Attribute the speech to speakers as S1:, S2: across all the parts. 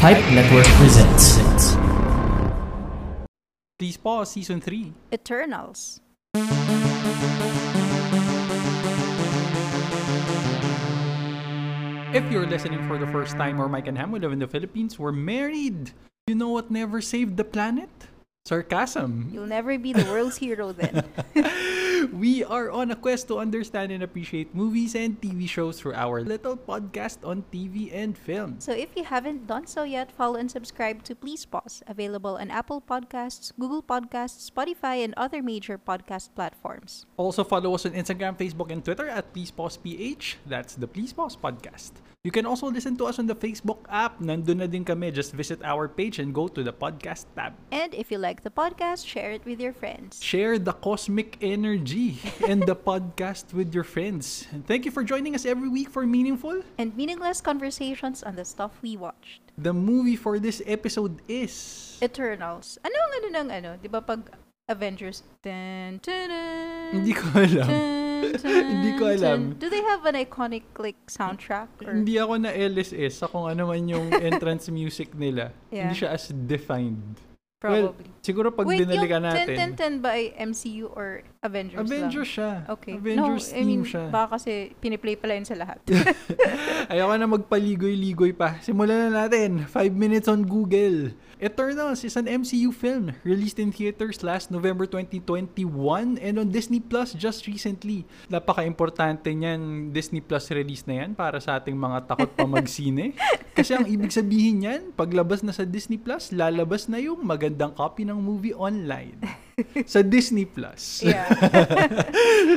S1: Pipe Network presents.
S2: Please pause season 3.
S3: Eternals.
S2: If you're listening for the first time, we're Mike and Ham. We live in the Philippines. We're married. You know what never saved the planet? Sarcasm.
S3: You'll never be the world's hero then.
S2: We are on a quest to understand and appreciate movies and TV shows through our little podcast on TV and films.
S3: So if you haven't done so yet, follow and subscribe to Please Pause, available on Apple Podcasts, Google Podcasts, Spotify, and other major podcast platforms.
S2: Also, follow us on Instagram, Facebook, and Twitter at Please Pause PH. That's the Please Pause Podcast. You can also listen to us on the Facebook app. Nandun na din kami. Just visit our page and go to the podcast tab.
S3: And if you like the podcast, share it with your friends.
S2: Share the cosmic energy and the podcast with your friends. And thank you for joining us every week for Meaningful.
S3: And meaningless conversations on the stuff we watched.
S2: The movie for this episode is.
S3: Eternals. Ano ang ano ng ano? Di ba pag Avengers? Dun, dun, dun,
S2: Hindi ko alam.
S3: dun, dun,
S2: Hindi ko alam.
S3: dun. Do they have an iconic like soundtrack? Or...
S2: Hindi ako na LSS sa kung ano man yung entrance music nila.
S3: Yeah.
S2: Hindi siya as defined. Well,
S3: Probably.
S2: siguro pag
S3: Wait,
S2: dinalikan
S3: yung 10,
S2: natin.
S3: 10, 10 ba ay MCU or Avengers,
S2: Avengers
S3: lang?
S2: siya.
S3: Okay.
S2: Avengers
S3: no, I mean,
S2: theme siya.
S3: baka kasi piniplay pala yun sa lahat.
S2: Ayaw na magpaligoy-ligoy pa. Simulan na natin. 5 minutes on Google. Eternals is an MCU film released in theaters last November 2021 and on Disney Plus just recently. Napaka-importante niyan, Disney Plus release na yan para sa ating mga takot pa magsine. Kasi ang ibig sabihin niyan, paglabas na sa Disney Plus, lalabas na yung magandang copy ng movie online. Sa Disney Plus.
S3: yeah.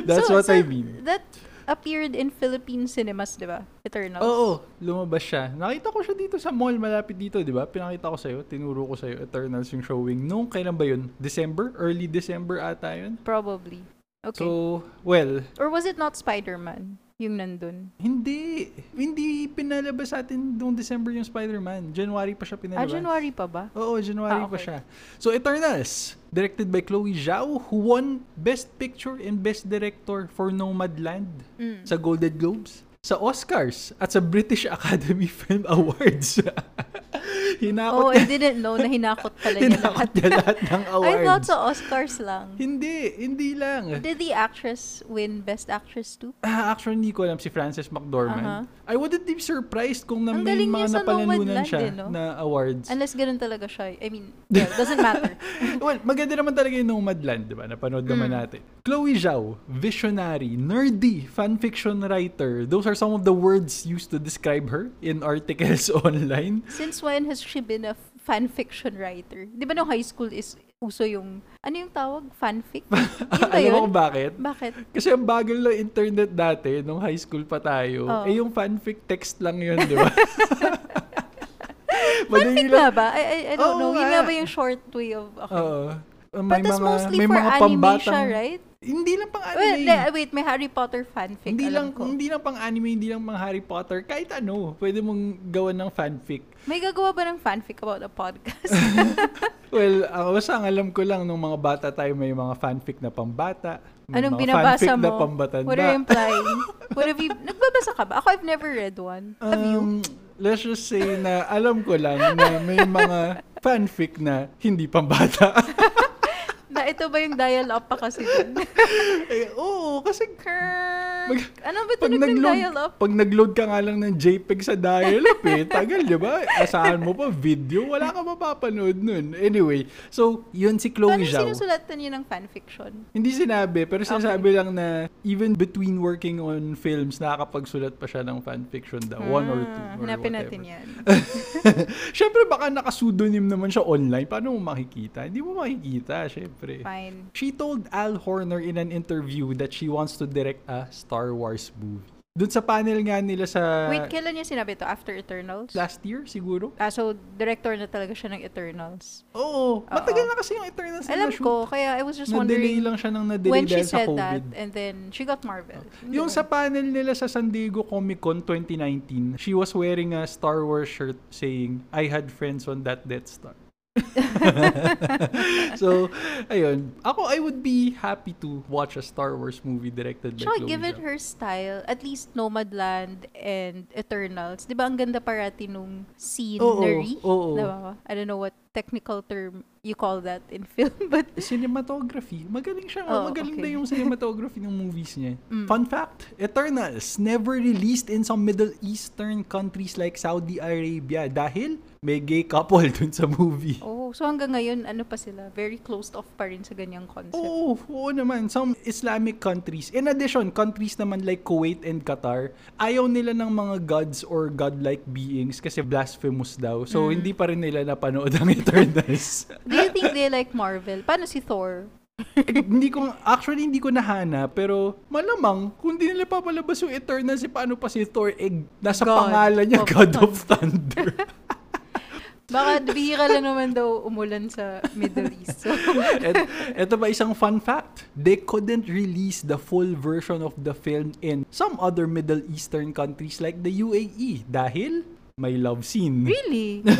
S2: That's
S3: So,
S2: what I
S3: so
S2: mean.
S3: That appeared in Philippine cinemas, di ba? Eternals.
S2: Oo, lumabas siya. Nakita ko siya dito sa mall malapit dito, 'di ba? Pinakita ko sa iyo, tinuro ko sa iyo Eternals yung showing. Noong kailan ba 'yun? December, early December ata 'yun.
S3: Probably. Okay.
S2: So, well,
S3: or was it not Spider-Man? Yung nandun.
S2: hindi hindi pinalabas sa atin noong December yung Spider-Man. January pa siya
S3: Ah,
S2: pinalabas.
S3: January pa ba?
S2: Oo, January
S3: Ah,
S2: pa
S3: okay.
S2: siya. So, Eternals, directed by Chloe Zhao, who won Best Picture and Best Director for Nomadland
S3: Mm.
S2: sa Golden Globes, sa Oscars, at sa British Academy Film Awards.
S3: Oh,
S2: hinakot,
S3: I didn't know na hinakot pala niya
S2: hinakot
S3: lahat.
S2: niya lahat ng awards.
S3: I thought sa Oscars lang.
S2: Hindi, hindi lang.
S3: Did the actress win Best Actress too?
S2: Ah, actually, hindi ko alam si Frances McDormand. I wouldn't be surprised kung na
S3: Uh-huh. Ang
S2: may
S3: galing niya
S2: mga
S3: sa
S2: napanalunan
S3: Nomadland
S2: siya
S3: eh, no?
S2: na awards.
S3: Unless ganun talaga siya. I mean, well, doesn't matter.
S2: well, maganda naman talaga yung Nomadland, di ba? Napanood naman
S3: Hmm.
S2: natin. Chloe Zhao, visionary, nerdy, fanfiction writer. Those are some of the words used to describe her in articles online.
S3: Since when has she been a fan fiction writer? Di ba no high school is uso yung, ano yung tawag? Fanfic? Yun
S2: Alam
S3: ba
S2: mo
S3: yun?
S2: kung bakit?
S3: Bakit?
S2: Kasi ang bagal ng internet dati, nung high school pa tayo,
S3: Oo.
S2: eh yung fanfic text lang yun, di ba? Madali
S3: Fanfic
S2: lang.
S3: nga ba? I, I, I don't
S2: Oo
S3: know. Yun
S2: nga.
S3: nga ba yung short way of, okay.
S2: Oo.
S3: But
S2: may
S3: that's
S2: mga,
S3: mostly
S2: may
S3: for
S2: mga
S3: anime
S2: pambatang,
S3: siya, right?
S2: Hindi lang pang anime.
S3: Well, na- wait, may Harry Potter fanfic,
S2: Hindi
S3: alam
S2: lang,
S3: ko.
S2: hindi lang pang anime, hindi lang pang Harry Potter, kahit ano, pwede mong gawan ng fanfic.
S3: May gagawa ba ng fanfic about a podcast?
S2: Well, ako basta ang alam ko lang nung mga bata tayo may mga fanfic na pambata, may
S3: Anong
S2: mga
S3: binabasa
S2: fanfic na
S3: mo?
S2: pambatanda.
S3: What are you implying? What have you, nagbabasa ka ba? Ako, I've never read one. Have you?
S2: Um, let's just say na alam ko lang na may mga fanfic na hindi pambata.
S3: Na ito ba yung dial-up pa kasi dun?
S2: eh, oo, kasi Mag-
S3: ano ba
S2: pag
S3: tunog ng
S2: nag-load,
S3: dial-up?
S2: pag nag-load ka nga lang ng JPEG sa dial-up eh, tagal, di ba? Asahan mo pa video, wala ka mapapanood nun. Anyway, so, yun si Chloe
S3: Paano
S2: Zhao.
S3: sinusulatan yun ng fanfiction?
S2: Hindi sinabi, pero sinasabi lang na even between working on films, nakakapagsulat pa siya ng fanfiction daw. One or two
S3: Ah,
S2: or
S3: Hanapin
S2: whatever.
S3: natin yan.
S2: Siyempre, baka nakasudonym naman siya online. Paano mo makikita? Hindi mo makikita, siyempre.
S3: Fine.
S2: She told Al Horner in an interview that she wants to direct a Star Wars movie. Doon sa panel nga nila sa
S3: Wait, kailan niya sinabi to? After
S2: Uh,
S3: Eternals?
S2: last year, siguro?
S3: Ah, so, director na talaga siya ng Eternals.
S2: Oo. Matagal na kasi yung Eternals na
S3: Alam
S2: shoot.
S3: ko, kaya I was just
S2: Na-delay
S3: wondering
S2: lang siya ng na-delay
S3: when she
S2: dahil sa
S3: said
S2: COVID.
S3: that and then she got Marvel.
S2: Yung sa panel nila sa San Diego Comic Con 2019, she was wearing a Star Wars shirt saying, I had friends on that Death Star. so, ayun. Ako, I would be happy to watch a Star Wars movie directed by
S3: Siya,
S2: Chloe
S3: give it
S2: Zhao.
S3: her style. At least Nomadland and Eternals. Di ba ang ganda parati nung scenery?
S2: oo.
S3: Di ba? I don't know what technical term you call that in film, but
S2: Cinematography. Magaling siya. nga.
S3: Oh,
S2: Magaling
S3: okay.
S2: na yung cinematography ng movies niya.
S3: Mm.
S2: Fun fact, Eternals never released in some Middle Eastern countries like Saudi Arabia dahil may gay couple dun sa movie.
S3: oh, so hanggang ngayon, ano pa sila? Very closed off pa rin sa ganyang concept.
S2: Oo, oo naman. Some Islamic countries. In addition, countries naman like Kuwait and Qatar, ayaw nila ng mga gods or godlike beings kasi blasphemous daw. So,
S3: Mm.
S2: hindi pa rin nila napanood ang Eternals.
S3: Do you think they like Marvel? Paano si Thor?
S2: hindi ko, actually, hindi ko nahanap. Pero, malamang, kung hindi nila papalabas yung Eternals, eh, paano pa si Thor? Eh, nasa
S3: God
S2: pangalan niya,
S3: of
S2: God of Thunder.
S3: Baka bihira lang naman daw umulan sa Middle East. So,
S2: Et, eto ba isang fun fact? They couldn't release the full version of the film in some other Middle Eastern countries like the UAE dahil may love scene.
S3: really?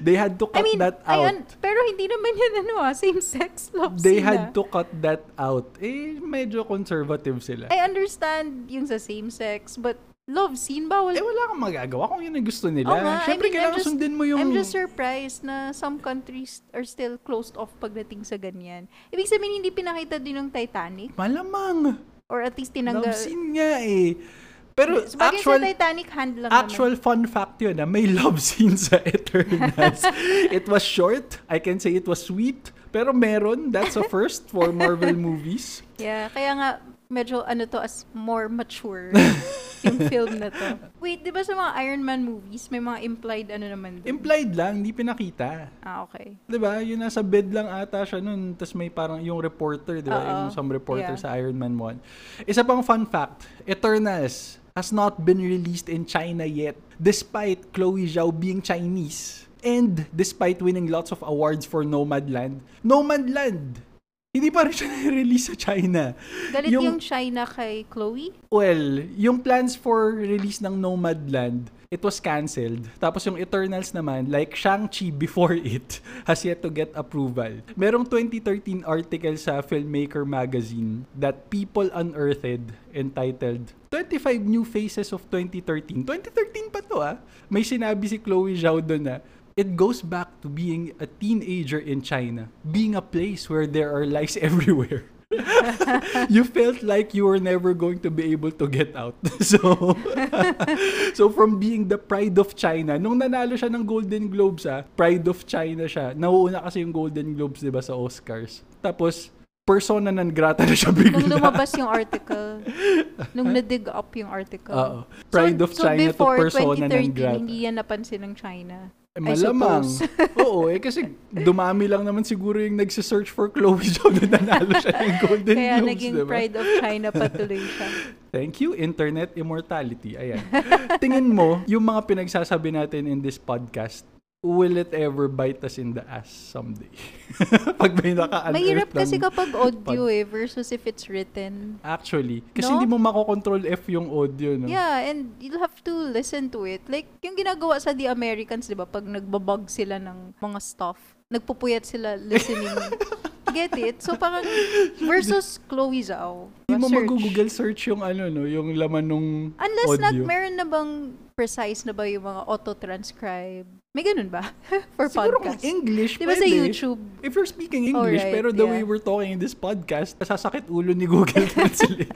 S2: they had to
S3: I
S2: cut
S3: mean,
S2: that out.
S3: ayun, pero hindi naman yan ano ah, same-sex love
S2: They
S3: scene, ah.
S2: had to cut that out. Eh, medyo conservative sila.
S3: I understand yung sa same-sex, but love scene bawal.
S2: eh, wala kang magagawa kung yun ang gusto nila.
S3: Oo nga, I
S2: Siyempre,
S3: mean, I'm
S2: kailangan
S3: just-
S2: sundin mo yung...
S3: I'm just surprised na some countries are still closed off pagdating sa ganyan. Ibig sabihin, hindi pinakita din ng Titanic?
S2: Malamang!
S3: Or at least
S2: Love
S3: tinanggal.
S2: scene nga eh. Pero
S3: Sabagay sa
S2: actual
S3: Titanic, hand lang
S2: Actual fun fact yun na may love scene sa Eternals. it was short. I can say it was sweet. Pero meron. That's a first for Marvel movies.
S3: naman. Yeah, kaya nga, medyo ano to as more mature yung film na to. Wait, di ba sa mga Iron Man movies, may mga implied ano naman din?
S2: Implied lang, hindi pinakita.
S3: ah, okay.
S2: 'Di ba? Yun nasa bed lang ata siya nun, tapos may parang yung reporter, 'di ba?
S3: Oo.
S2: Yung some reporter
S3: Yeah.
S2: sa Iron Man 1. Isa pang fun fact, Eternals has not been released in China yet despite Chloe Zhao being Chinese and despite winning lots of awards for Nomadland. Nomadland hindi pa rin siya na-release sa China.
S3: Galit yung,
S2: Yung-
S3: China kay Chloe?
S2: Well, yung plans for release ng Nomadland, it was cancelled. Tapos yung Eternals naman, like Shang-Chi before it, has yet to get approval. Merong 2013 article sa Filmmaker magazine that people unearthed entitled 25 New Faces of 2013. 2013 pa to ah. May sinabi si Chloe Zhao doon na, It goes back to being a teenager in China, being a place where there are lies everywhere you felt like you were never going to be able to get out. So, so from being the pride of China, nung nanalo siya ng Golden Globes, ah, pride of China siya. Nauuna kasi yung Golden Globes, di ba, sa Oscars. Tapos, persona non grata na siya
S3: Nung
S2: bigla.
S3: lumabas yung article, nung na-dig up yung article.
S2: Oo. Pride
S3: So-
S2: of China
S3: so before
S2: to persona non
S3: 2013,
S2: grata.
S3: hindi yan napansin ng China.
S2: Eh,
S3: I
S2: malamang.
S3: suppose.
S2: Oo, eh kasi dumami lang naman siguro yung nagsisearch for Chloe Zhao na nanalo siya ng Golden
S3: Kaya
S2: Globes,
S3: naging
S2: di ba?
S3: Pride of China patuloy siya.
S2: Thank you, Internet Immortality. Ayan. Tingin mo, yung mga pinagsasabi natin in this podcast, will it ever bite us in the ass someday? Pag may naka
S3: Mahirap kasi kapag audio eh versus if it's written.
S2: Actually, kasi
S3: No?
S2: hindi mo makokontrol F yung audio, no?
S3: Yeah, and you'll have to listen to it. Like, yung ginagawa sa The Americans, di ba? Pag nagbabag sila ng mga stuff, nagpupuyat sila listening. Get it? So parang versus Chloe Zhao.
S2: Hindi mo
S3: Search.
S2: mag-google search yung ano, no? Yung laman nung
S3: Unless nag,
S2: audio.
S3: meron na bang precise na ba yung mga auto-transcribe? May ganun ba? For
S2: Siguro kung
S3: podcast?
S2: English,
S3: Di ba sa
S2: pwede.
S3: YouTube?
S2: If you're speaking English,
S3: Alright,
S2: pero the
S3: yeah.
S2: way we're talking in this podcast, sasakit ulo ni Google Translate.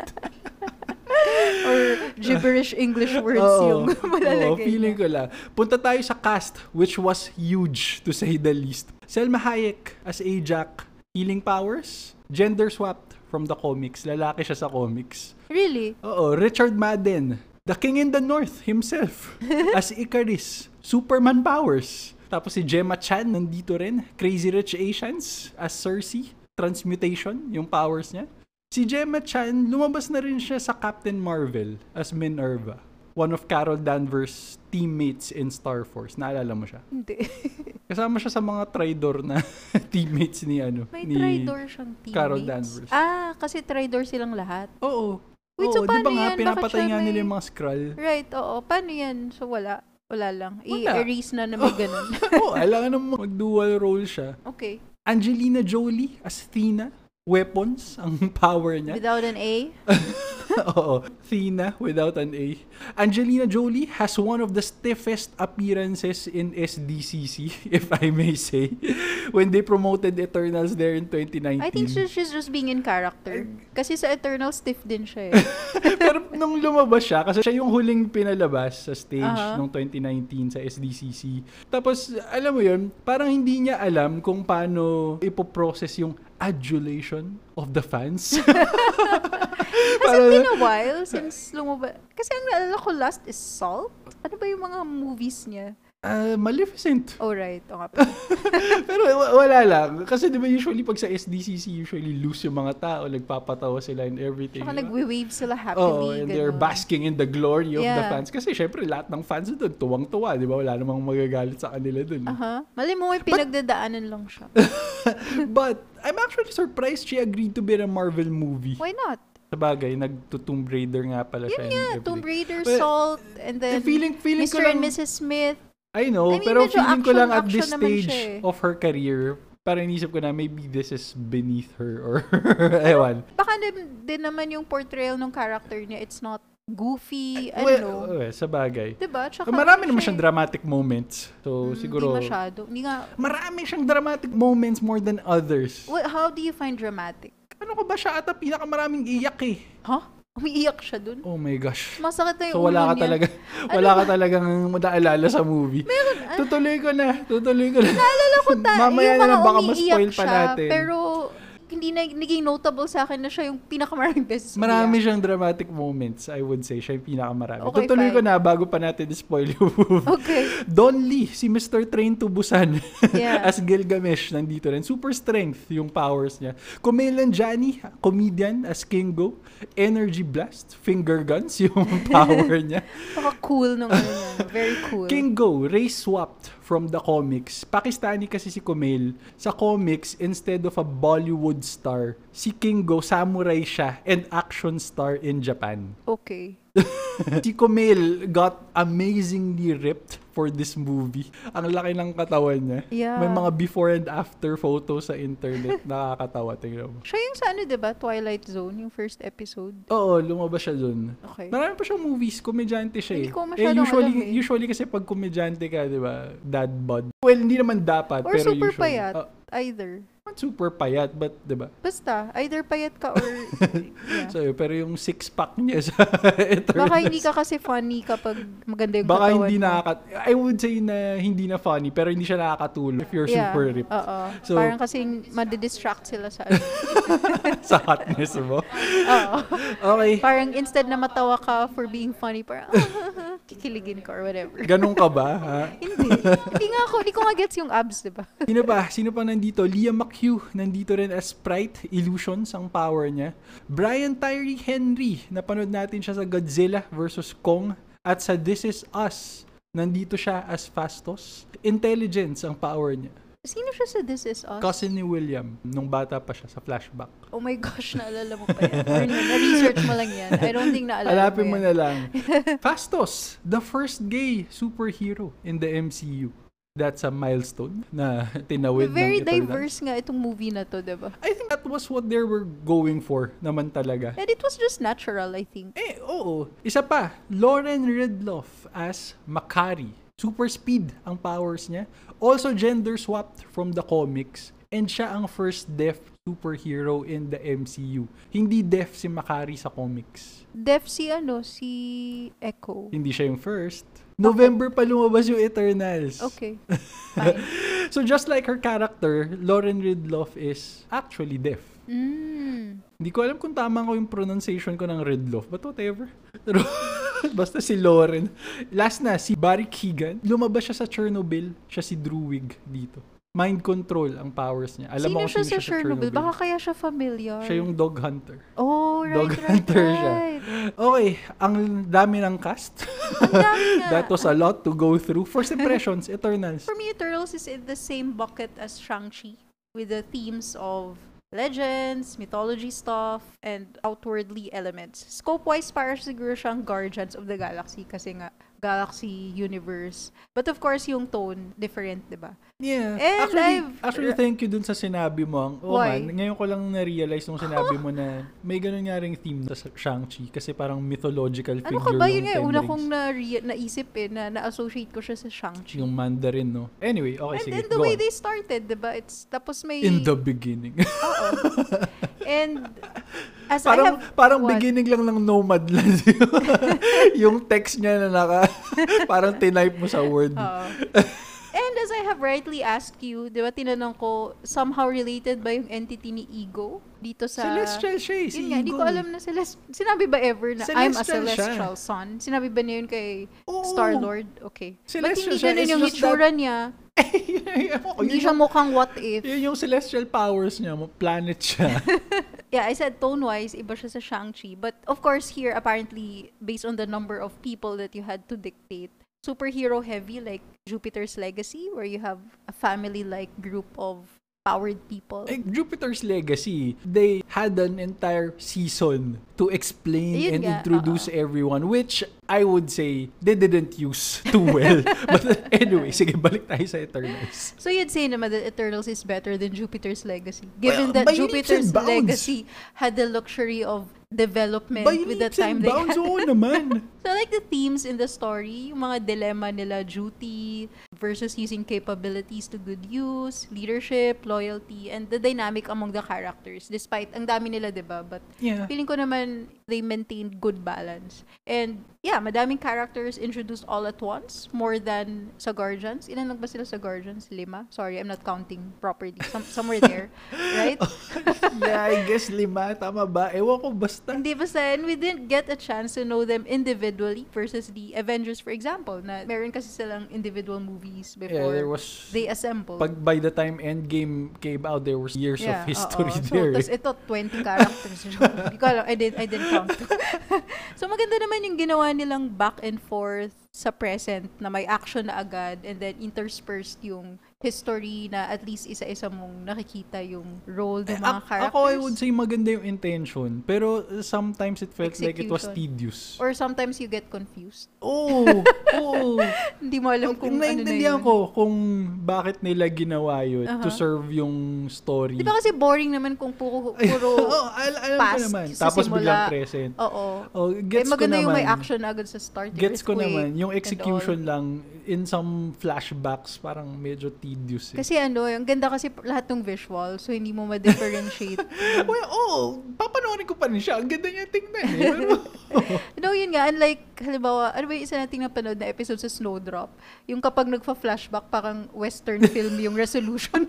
S3: Or gibberish English words
S2: Oo.
S3: yung malalagay
S2: Oo, feeling
S3: niya.
S2: ko lang. Punta tayo sa cast, which was huge to say the least. Selma Hayek as Ajak, healing powers, gender swapped from the comics. Lalaki siya sa comics.
S3: Really?
S2: Oo, Richard Madden, the king in the north himself, as Icarus, Superman powers. Tapos si Gemma Chan nandito rin, Crazy Rich Asians as Cersei, transmutation, yung powers niya. Si Gemma Chan, lumabas na rin siya sa Captain Marvel as Minerva, one of Carol Danvers' teammates in Star Force. Naalala mo siya?
S3: Hindi.
S2: Kasama siya sa mga Tridor na teammates ni ano.
S3: May
S2: ni...
S3: tridor siyang teammates.
S2: Carol Danvers.
S3: Ah, kasi tridor silang lahat.
S2: Oo.
S3: Wait,
S2: Oo, di
S3: so
S2: ba
S3: paano
S2: nga
S3: yan? Bakit
S2: pinapatay
S3: siya
S2: nga nila
S3: may-
S2: yung mga Skrull?
S3: Right, oo. Paano yan? So, wala. Wala lang.
S2: Wala.
S3: I-erase na na may ganun.
S2: Oo, alam ka mag dual role siya.
S3: okay.
S2: Angelina Jolie as Athena. Weapons, ang power niya.
S3: Without an A?
S2: Oo. Athena without an A. Angelina Jolie has one of the stiffest appearances in SDCC, if I may say, when they promoted Eternals there in 2019.
S3: I think she's, she's just being in character. Kasi sa Eternal, stiff din siya eh.
S2: Pero nung lumabas siya, kasi siya yung huling pinalabas sa stage
S3: Aha.
S2: nung 2019 sa SDCC. Tapos, alam mo yun, parang hindi niya alam kung paano ipoprocess yung adulation of the fans.
S3: Has it been a while since lumaba? Kasi ang naalala ko last is Salt? Ano ba yung mga movies niya?
S2: Ah, Maleficent.
S3: Oh, right. O nga pa.
S2: Pero wa- wala lang. Kasi di ba usually pag sa SDCC, usually loose yung mga tao, nagpapatawa sila and everything.
S3: Saka
S2: di ba?
S3: nag-wave sila happily.
S2: Oo, and they're
S3: ganun.
S2: basking in the glory of the
S3: Yeah.
S2: fans. Kasi syempre, lahat ng fans doon, tuwang-tuwa, di ba? Wala namang magagalit sa kanila doon.
S3: Aha. Uh-huh. Mali mo, may pinagdadaanan lang siya.
S2: But, I'm actually surprised she agreed to be in a Marvel movie.
S3: Why not?
S2: Sa bagay, nag-Tomb Raider nga pala siya.
S3: Yun
S2: and
S3: nga,
S2: everything.
S3: Tomb Raider,
S2: Well,
S3: Salt, and then
S2: feeling- feeling ko
S3: Mr. and
S2: lang-
S3: Mrs. Smith.
S2: I know,
S3: I mean,
S2: pero
S3: medyo
S2: feeling ko
S3: action-
S2: lang at this
S3: action naman siya
S2: stage
S3: eh.
S2: of her career, parang inisip ko na maybe this is beneath her or ewan.
S3: Baka din, din naman yung portrayal ng character niya, it's not goofy, I
S2: Well,
S3: don't know.
S2: okay, sa bagay.
S3: diba? Tsaka
S2: Marami
S3: ano
S2: naman
S3: siya
S2: siyang
S3: eh,
S2: dramatic moments. So,
S3: mm,
S2: siguro...
S3: Hindi masyado. Hindi nga,
S2: Marami siyang dramatic moments more than others.
S3: what, how do you find dramatic?
S2: Ano ka ba siya ata pinakamaraming iyak eh.
S3: Huh? Umiiyak siya dun?
S2: Oh my gosh.
S3: Masakit na yung
S2: So wala
S3: ulo
S2: ka
S3: niya.
S2: talaga
S3: Ano
S2: wala ka talagang naalala sa movie. Meron,
S3: ah.
S2: tutuloy ko na, tutuloy ko na.
S3: Naalala ko ta,
S2: Mamaya na
S3: yung mga
S2: lang, baka
S3: umiiyak
S2: ma-spoil pa
S3: siya,
S2: natin.
S3: pero hindi na naging notable sa akin na siya yung pinakamaraming beses umiiyak.
S2: Marami siyang dramatic moments, I would say. Siya yung pinakamarami.
S3: Okay,
S2: tutuloy ko
S3: fine. Oh.
S2: na bago pa natin spoil yung movie.
S3: Okay.
S2: Don Lee, si Mr. Train to Busan
S3: Yeah.
S2: as Gilgamesh nandito rin. Super strength yung powers niya. Kumilan Jani, comedian as Kingo. Energy Blast, finger guns yung power niya.
S3: Napaka-cool nung ano niya. Very cool.
S2: Kingo, race swapped from the comics. Pakistani kasi si Kumail. Sa comics, instead of a Bollywood star, si Kingo, samurai siya and action star in Japan.
S3: Okay.
S2: si Kumail got amazingly ripped for this movie. Ang laki ng katawan niya.
S3: Yeah.
S2: May mga before and after photos sa internet. Nakakatawa. Tingnan mo.
S3: Siya yung sa ano, diba? Twilight Zone, yung first episode.
S2: Oo, lumabas siya dun.
S3: Okay.
S2: Marami pa siyang movies, komedyante siya eh.
S3: Hindi ko masyadong
S2: usually,
S3: alam eh.
S2: usually kasi pag komedyante ka, di ba, dad bod. Well, hindi naman dapat,
S3: Or
S2: pero
S3: super
S2: usually.
S3: payat.
S2: Ah,
S3: either.
S2: not super payat, but di ba?
S3: Basta, either payat ka or... yeah.
S2: So, pero yung six-pack niya sa Eternals.
S3: Baka hindi ka kasi funny kapag maganda yung
S2: Baka
S3: katawan
S2: hindi
S3: mo.
S2: nakakat... I would say na hindi na funny, pero hindi siya nakakatulong if you're
S3: Yeah.
S2: super ripped
S3: Oo.
S2: So-
S3: Parang kasing madidistract sila sa ano.
S2: sa hotness mo.
S3: Oo.
S2: Okay,
S3: Parang instead na matawa ka for being funny, parang kikiligin ka or whatever.
S2: ganun ka ba? Ha?
S3: hindi. Hindi nga ako, hindi ko nga gets yung abs, di ba?
S2: Sino ba? Sino pa nandito? Liam McHugh, nandito rin as Sprite, Illusions, ang power niya. Brian Tyree Henry, napanood natin siya sa Godzilla versus Kong. At sa This Is Us, nandito siya as Fastos. Intelligence, ang power niya.
S3: Sino siya sa This Is Us?
S2: Cousin ni William, nung bata pa siya sa flashback.
S3: Oh my gosh, naalala mo pa yan. Or yun, na-research mo lang yan. I don't think naalala
S2: Alapin
S3: mo
S2: mo
S3: yan.
S2: na lang. Fastos, the first gay superhero in the MCU. That's a milestone na tinawid ng
S3: Very
S2: Eternals.
S3: diverse nga itong movie na to, di ba?
S2: I think that was what they were going for naman talaga.
S3: And it was just natural, I think.
S2: Eh, oo. Isa pa, Lauren Redloff as Makari. Super speed ang powers niya. Also gender swapped from the comics. And siya ang first deaf superhero in the MCU. Hindi deaf si Makari sa comics.
S3: Def si ano, si Echo.
S2: Hindi siya yung first. November pa lumabas yung Eternals.
S3: Okay. Fine.
S2: So just like her character, Lauren Redloff is actually deaf.
S3: Mm.
S2: Hindi ko alam kung tama ko yung pronunciation ko ng Redloff, but whatever. Pero basta si Lauren. Last na, si Barry Keegan. Lumabas siya sa Chernobyl. Siya si Druig dito. Mind control ang powers niya. Alam mo kung
S3: Sino
S2: sino
S3: siya sa Chernobyl? Baka kaya siya familiar.
S2: Siya yung dog hunter.
S3: Oh, right,
S2: dog
S3: right,
S2: hunter siya.
S3: right.
S2: Okay, ang dami ng cast.
S3: dami nga.
S2: That was a lot to go through. First impressions, Eternals.
S3: For me, Turtles is in the same bucket as Shang-Chi with the themes of legends, mythology stuff, and outwardly elements. Scope-wise, para siguro siyang Guardians of the Galaxy kasi nga galaxy, universe. But of course, yung tone, different, di ba?
S2: Yeah.
S3: And
S2: actually,
S3: I've-
S2: actually, thank you dun sa sinabi mo. ang- Oo
S3: Why?
S2: man, ngayon ko lang na-realize nung sinabi mo na may ganun nga ring theme sa Shang-Chi kasi parang mythological
S3: Ano
S2: figure
S3: ka ba? Yun
S2: yung
S3: nga,
S2: Ten
S3: una
S2: Rings.
S3: kong na naisip eh, na na-associate ko siya sa Shang-Chi.
S2: Yung Mandarin, no? Anyway, okay,
S3: And
S2: sige.
S3: then the
S2: go
S3: way
S2: on.
S3: they started, di ba? It's, tapos may...
S2: In the beginning.
S3: Oo. And as I
S2: parang
S3: have...
S2: parang
S3: what?
S2: beginning lang ng Nomad lang yung text niya na naka parang tinype mo sa word.
S3: Oo. And as I have rightly asked you, di ba tinanong ko, somehow related ba yung entity ni Ego dito sa...
S2: Celestial siya eh, si
S3: Yun nga, hindi
S2: Eagle
S3: ko
S2: eh.
S3: alam na celest- Sinabi ba ever na I'm a
S2: Celestial siya.
S3: celestial son? Sinabi ba niya yun kay
S2: Oo.
S3: Star-Lord? Okay.
S2: Celestial
S3: But hindi
S2: siya,
S3: ganun
S2: it's
S3: yung
S2: just Oh,
S3: itsura niya.
S2: Ewan ko,
S3: hindi
S2: yun
S3: siya
S2: yung-
S3: mukhang what if.
S2: Yun yung celestial powers niya, mo- planet siya.
S3: Yeah, I said tone-wise, iba siya sa Shang-Chi. But of course here, apparently, based on the number of people that you had to dictate, superhero heavy like Jupiter's Legacy where you have a family-like group of powered people.
S2: Like, Jupiter's Legacy, they had an entire season to explain
S3: Ayun
S2: and
S3: nga,
S2: introduce everyone, which I would say they didn't use too well. But anyway, sige, balik tayo sa Eternals.
S3: So you'd say naman that Eternals is better than Jupiter's Legacy, given
S2: Well,
S3: that
S2: by leaps and
S3: Jupiter's
S2: bounds.
S3: Legacy had the luxury of development
S2: By
S3: with the
S2: leaps
S3: time
S2: and
S3: they
S2: bounds,
S3: had.
S2: oo naman.
S3: So I like the themes in the story, yung mga dilemma nila, duty versus using capabilities to good use, leadership, loyalty, and the dynamic among the characters. Despite, ang dami nila, di ba? But
S2: Yeah.
S3: feeling ko naman they maintained good balance. And yeah, madaming characters introduced all at once, more than sa Guardians. Ilan lang ba sila sa Guardians? Lima? Sorry, I'm not counting properly. Some, somewhere there, right?
S2: yeah, I guess lima. Tama ba? Ewan ko, basta.
S3: Hindi basta, and we didn't get a chance to know them individually versus the Avengers, for example, na meron kasi silang individual movies
S2: Yeah,
S3: before
S2: there was...
S3: they assemble.
S2: Pag by the time Endgame came out, there was years of
S3: Yeah,
S2: history there.
S3: oo. So, tas ito, 20 characters. Hindi ko alam, I didn't, I didn't count. so, maganda naman yung ginawa nilang back and forth sa present na may action na agad and then interspersed yung history na at least isa-isa mong nakikita yung role ng mga
S2: Ak-
S3: characters.
S2: Eh, Ako, I would say maganda yung intention. Pero uh, sometimes it felt like it was
S3: Execution.
S2: tedious.
S3: Or sometimes you get confused.
S2: Oo, oo.
S3: Hindi mo alam kung ano na
S2: Naintindihan
S3: yun.
S2: ko kung bakit nila ginawa yun to
S3: Aha.
S2: serve yung story.
S3: Di ba kasi boring naman kung puro, puro
S2: Oo, al- alam ko
S3: past
S2: naman.
S3: sa
S2: Tapos
S3: simula.
S2: biglang present.
S3: oo.
S2: Oh,
S3: Eh,
S2: gets ko
S3: maganda
S2: naman.
S3: yung may action agad sa start. yung
S2: Gets ko
S3: earthquake
S2: naman. Yung
S3: and all.
S2: execution lang, in some flashbacks, parang medyo tedious eh.
S3: Kasi ano, ang ganda kasi p- lahat ng visual, so hindi mo ma-differentiate.
S2: well, oh, papanoorin ko pa rin siya. Ang ganda niya tingnan eh. Pero-
S3: no, yun nga, unlike, halimbawa, ano ba yung isa nating napanood na episode sa Snowdrop? Yung kapag nagpa-flashback, parang western film yung resolution.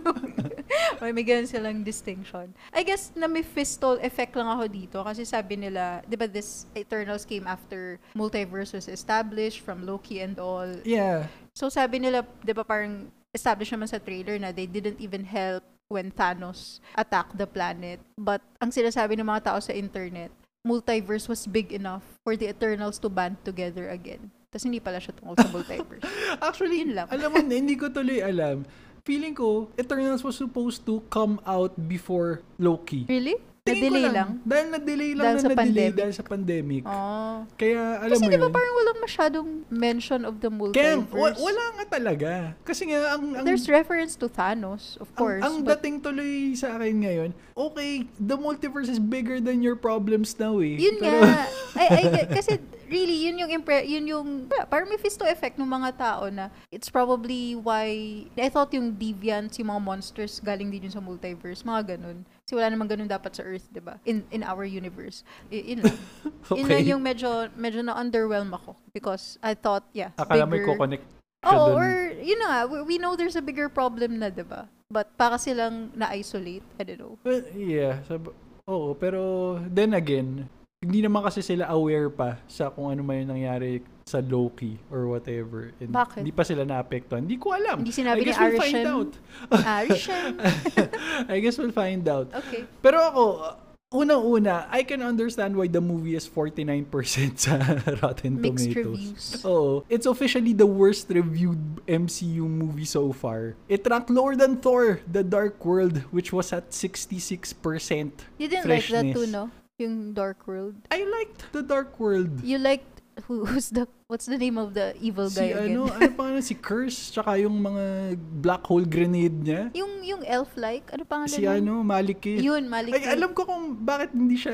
S3: Or may ganun silang distinction. I guess na may Mephisto effect lang ako dito kasi sabi nila, di ba this Eternals came after multiverse was established from Loki and all.
S2: yeah.
S3: So sabi nila, 'di ba parang established naman sa trailer na they didn't even help when Thanos attacked the planet. But ang sinasabi ng mga tao sa internet, multiverse was big enough for the Eternals to band together again. Tapos hindi pala siya tungkol sa multiverse.
S2: Actually,
S3: Yun lang.
S2: alam mo, hindi ko tuloy alam. Feeling ko, Eternals was supposed to come out before Loki.
S3: really?
S2: Tingin ko
S3: Na-delay lang?
S2: Dahil na-delay lang
S3: Dahil
S2: na
S3: sa
S2: na-delay
S3: pandemic.
S2: dahil sa pandemic.
S3: Oh.
S2: Kaya, alam
S3: Kasi
S2: mo
S3: di ba
S2: yun.
S3: parang walang masyadong mention of the multiverse?
S2: Kaya, wa- wala nga talaga. Kasi nga, ang, ang,
S3: There's reference to Thanos, of
S2: ang-
S3: course.
S2: ang,
S3: but-
S2: dating tuloy sa akin ngayon, okay, the multiverse is bigger than your problems now eh.
S3: Yun
S2: Pero-
S3: nga. ay, ay, kasi really, yun yung, impre- yun yung, parang may Mephisto effect ng mga tao na it's probably why, I thought yung deviants, yung mga monsters, galing din yun sa multiverse, mga ganun. Kasi wala namang ganun dapat sa Earth, di ba? In, in our universe. Y- yun lang. Yun lang
S2: okay.
S3: yung medyo, medyo na-underwhelm ako because I thought, yeah,
S2: Akala mo
S3: bigger.
S2: i-connect ka dun.
S3: Oo, or, yun na nga, we, we know there's a bigger problem na, di ba? But para silang na-isolate, I don't know.
S2: Well, yeah. Sab- Oo, pero then again, hindi naman kasi sila aware pa sa kung ano man yung nangyari sa Loki or whatever. And
S3: Bakit?
S2: Hindi pa sila naapektuhan. Hindi ko alam.
S3: Hindi sinabi
S2: I guess
S3: ni
S2: we'll find
S3: Arishem.
S2: out.
S3: Ah, Rishan.
S2: I guess we'll find out.
S3: Okay.
S2: Pero ako, unang-una, I can understand why the movie is 49% sa Rotten
S3: Mixed
S2: Tomatoes.
S3: reviews.
S2: Oo. It's officially the worst reviewed MCU movie so far. It ranked lower than Thor, The Dark World, which was at 66%.
S3: You didn't like that too,
S2: freshness.
S3: no? Yung Dark World.
S2: I liked The Dark World.
S3: You liked who, who's the, what's the name of the evil
S2: Si
S3: guy again?
S2: ano, ano pa nga si Curse, tsaka yung mga black hole grenade niya.
S3: Yung, yung elf-like, ano pangalan?
S2: Si
S3: nun?
S2: ano, Maliki.
S3: Yun, Malik.
S2: Ay, alam ko kung bakit hindi siya,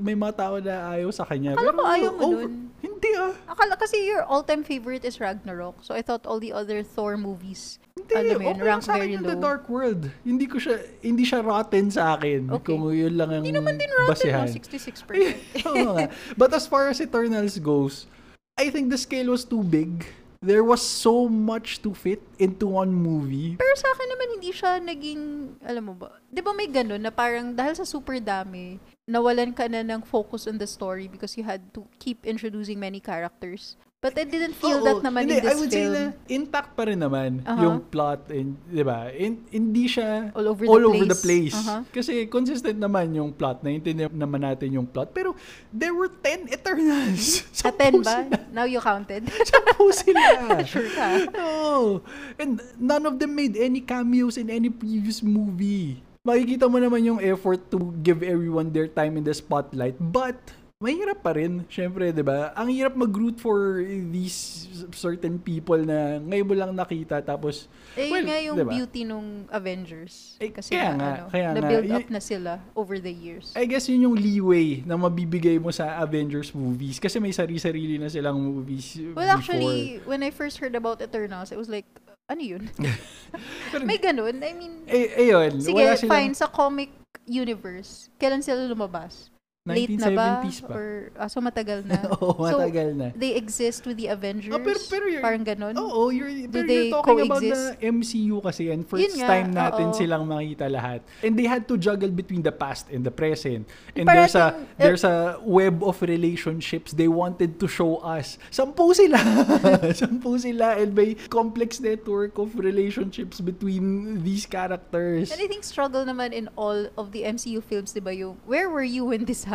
S2: may mga tao na ayaw sa kanya.
S3: Akala ko ayaw mo
S2: over-
S3: nun.
S2: Hindi ah.
S3: Akala, kasi your all-time favorite is Ragnarok. So I thought all the other Thor movies.
S2: Hindi,
S3: Alam mo
S2: okay
S3: yun,
S2: lang
S3: rank
S2: sa akin
S3: very
S2: yung The
S3: low.
S2: Dark World. Hindi ko siya, hindi siya rotten sa akin.
S3: Okay.
S2: Kung yun lang ang
S3: Hindi naman din rotten, no?
S2: basehan.
S3: 66%.
S2: Oo nga. But as far as Eternals goes, I think the scale was too big. There was so much to fit into one movie.
S3: Pero sa akin naman, hindi siya naging, alam mo ba, di ba may ganun na parang dahil sa super dami, nawalan ka na ng focus on the story because you had to keep introducing many characters. But I didn't
S2: Oo.
S3: feel that naman
S2: hindi,
S3: in this
S2: I would say
S3: film.
S2: na intact pa rin naman
S3: Aha.
S2: yung plot and 'di ba? In- hindi siya
S3: All over the
S2: all
S3: place. Uh-huh.
S2: over the place.
S3: Aha.
S2: Kasi consistent naman yung plot. Naiintindihan naman natin yung plot. Pero there were 10 Eternals.
S3: Sa 10 ba? Now you counted?
S2: Sampu sila.
S3: Sure ka?
S2: Oo. And none of them made any cameos in any previous movie. Makikita mo naman yung effort to give everyone their time in the spotlight. But, mahirap pa rin. Siyempre, di ba? Ang hirap mag-root for these certain people na ngayon mo lang nakita. Tapos,
S3: Eh,
S2: well,
S3: yun nga yung
S2: di ba?
S3: beauty nung Avengers.
S2: Eh,
S3: Kasi
S2: kaya
S3: na,
S2: nga,
S3: ano,
S2: kaya nga.
S3: na-build up
S2: Y-
S3: na sila over the years.
S2: I guess yun yung leeway na mabibigay mo sa Avengers movies. Kasi may sarili-sarili na silang movies before.
S3: well, actually, when I first heard about Eternals, I was like, ano yun?
S2: Pero-
S3: May ganun. I mean,
S2: Eh, ayun.
S3: Sige,
S2: wala silang-
S3: fine. Sa comic universe, kailan sila lumabas? Late na ba?
S2: 1970s pa.
S3: Or, ah, so matagal na.
S2: Oo, matagal na.
S3: So, they exist with the Avengers?
S2: Ah, pero- pero you're-
S3: Parang ganun?
S2: Oo, you're, pero
S3: they
S2: you're talking
S3: coexist?
S2: about the MCU kasi and first
S3: Yun nga,
S2: time natin
S3: oo.
S2: silang makita lahat. And they had to juggle between the past and the present. And there's
S3: Parating,
S2: a
S3: eh,
S2: there's a web of relationships they wanted to show us. Sampu sila. Sampu sila and may complex network of relationships between these characters.
S3: And I think struggle naman in all of the MCU films, di ba yung, where were you when this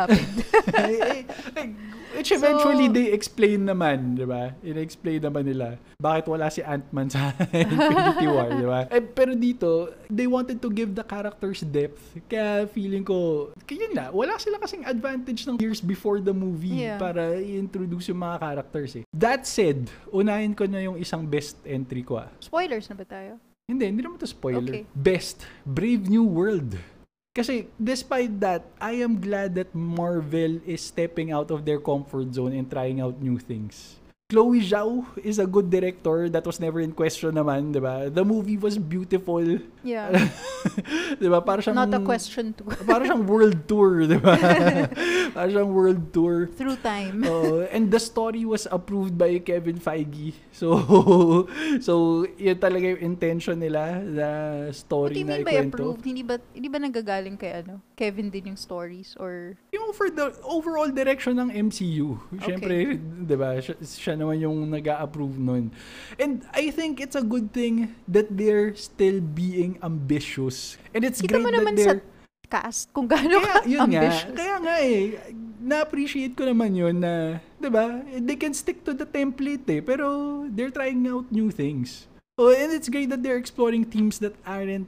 S3: happened?
S2: Eh, eh, eh, Which eventually
S3: So-
S2: they explain naman, di ba? In-explain naman nila bakit wala si Ant-Man sa Infinity War, di ba? Eh, pero dito, they wanted to give the characters depth. Kaya feeling ko, kaya yun na, wala sila kasing advantage ng years before the movie
S3: Yeah.
S2: para i-introduce yung mga characters eh. That said, unahin ko na yung isang best entry ko ah.
S3: Spoilers na ba tayo?
S2: Hindi, hindi naman to spoiler.
S3: Okay.
S2: Best, Brave New World. Kasi despite that, I am glad that Marvel is stepping out of their comfort zone and trying out new things. Chloe Zhao is a good director. That was never in question naman, di ba? The movie was beautiful.
S3: Yeah.
S2: di ba? Para siyang...
S3: Not a question to
S2: Para siyang world tour, di ba? para siyang world tour.
S3: through time.
S2: Oo, Oh, and the story was approved by Kevin Feige. So, so yun talaga yung intention nila na
S3: What do
S2: story
S3: you
S2: na
S3: mean by
S2: ikwento.
S3: approved? Hindi ba, hindi ba nanggagaling kay ano? Kevin din yung stories? Or,
S2: Yung for the overall direction ng MCU. Siyempre, di ba, siya, siya naman yung nag approve nun. And I think it's a good thing that they're still being ambitious. And it's
S3: kita
S2: great
S3: mo naman
S2: that
S3: sa
S2: they're...
S3: cast kung gaano
S2: Kaya,
S3: ka
S2: yun
S3: ambitious.
S2: nga. Kaya nga eh. Na-appreciate ko naman yun na, di ba, they can stick to the template eh. Pero they're trying out new things. Oh, and it's great that they're exploring themes that aren't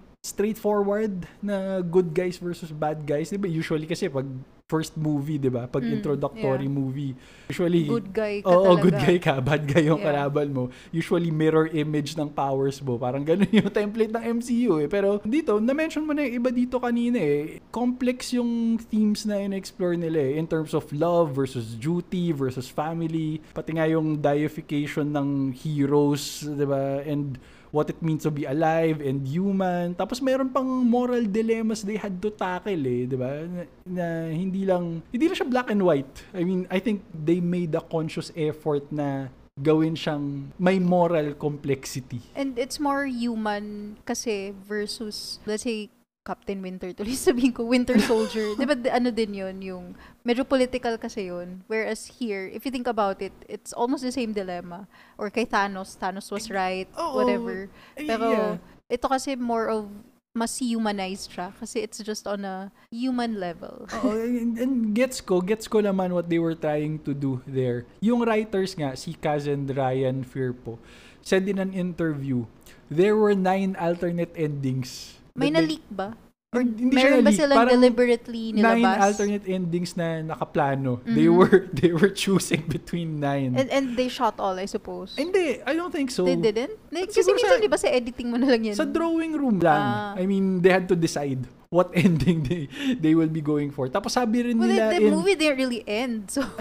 S2: straightforward na good guys versus bad guys. Di ba, usually kasi pag first movie, di ba, pag
S3: Mm,
S2: introductory
S3: yeah.
S2: movie, usually,
S3: Good guy ka
S2: Oo,
S3: talaga.
S2: good guy ka, bad guy yung
S3: Yeah.
S2: kalaban mo. Usually mirror image ng powers mo. Parang ganun yung template ng MCU eh. Pero dito, na-mention mo na yung iba dito kanina eh. Complex yung themes na in-explore nila eh. In terms of love versus duty versus family. Pati nga yung deification ng heroes, di ba? And what it means to be alive and human. Tapos meron pang moral dilemmas they had to tackle eh, 'di ba? Na, na hindi lang hindi lang siya black and white. I mean, I think they made a conscious effort na gawin siyang may moral complexity.
S3: And it's more human kasi versus, let's say, Captain Winter. Tuloy sabihin ko, Winter Soldier. Di ba di- ano din yun? Yung, medyo political kasi yun. Whereas here, if you think about it, it's almost the same dilemma. Or kay Thanos, Thanos was right,
S2: Oo.
S3: whatever.
S2: Eh,
S3: Pero
S2: yeah.
S3: ito kasi more of, mas humanized siya kasi it's just on a human level.
S2: Oo, and, and gets ko, gets ko naman what they were trying to do there. Yung writers nga, si Kaz and Ryan Firpo, said in an interview, there were nine alternate endings.
S3: May
S2: that they-
S3: na-leak ba?
S2: Or hindi siya
S3: Meron ba
S2: na-leak.
S3: silang
S2: Parang
S3: deliberately
S2: nine
S3: nilabas?
S2: alternate endings na nakaplano. They were they were choosing between nine.
S3: Mm-hmm. And, and they shot all, I suppose.
S2: Hindi, I don't think so.
S3: they didn't? Like,
S2: At
S3: kasi
S2: siguro
S3: minsan,
S2: sa-
S3: di ba, sa editing mo na lang yan.
S2: Sa drawing room lang.
S3: Ah.
S2: I mean, they had to decide what ending they they will be going for. Tapos sabi rin
S3: Well,
S2: nila
S3: the, the
S2: in
S3: movie didn't really end, so...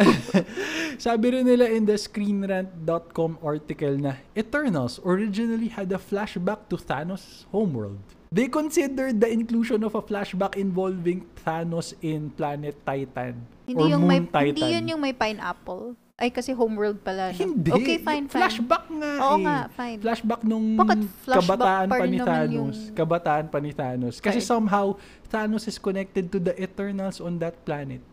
S2: sabi rin nila in the screenrant.com article na Eternals originally had a flashback to Thanos' homeworld. They considered the inclusion of a flashback involving Thanos in planet Titan or
S3: Hindi yung may
S2: Moon Titan.
S3: hindi yun yung may pineapple. Ay kasi homeworld pala. no?
S2: Hindi.
S3: Okay,
S2: Yung
S3: fine, fine.
S2: Flashback nga
S3: Oo
S2: eh.
S3: nga, fine.
S2: Flashback nung
S3: Bakit flashback
S2: kabataan
S3: pa
S2: pa,
S3: rin
S2: ni
S3: naman
S2: Thanos.
S3: yung-
S2: Kabataan pa ni Thanos. Kasi
S3: Right.
S2: somehow, Thanos is connected to the Eternals on that planet.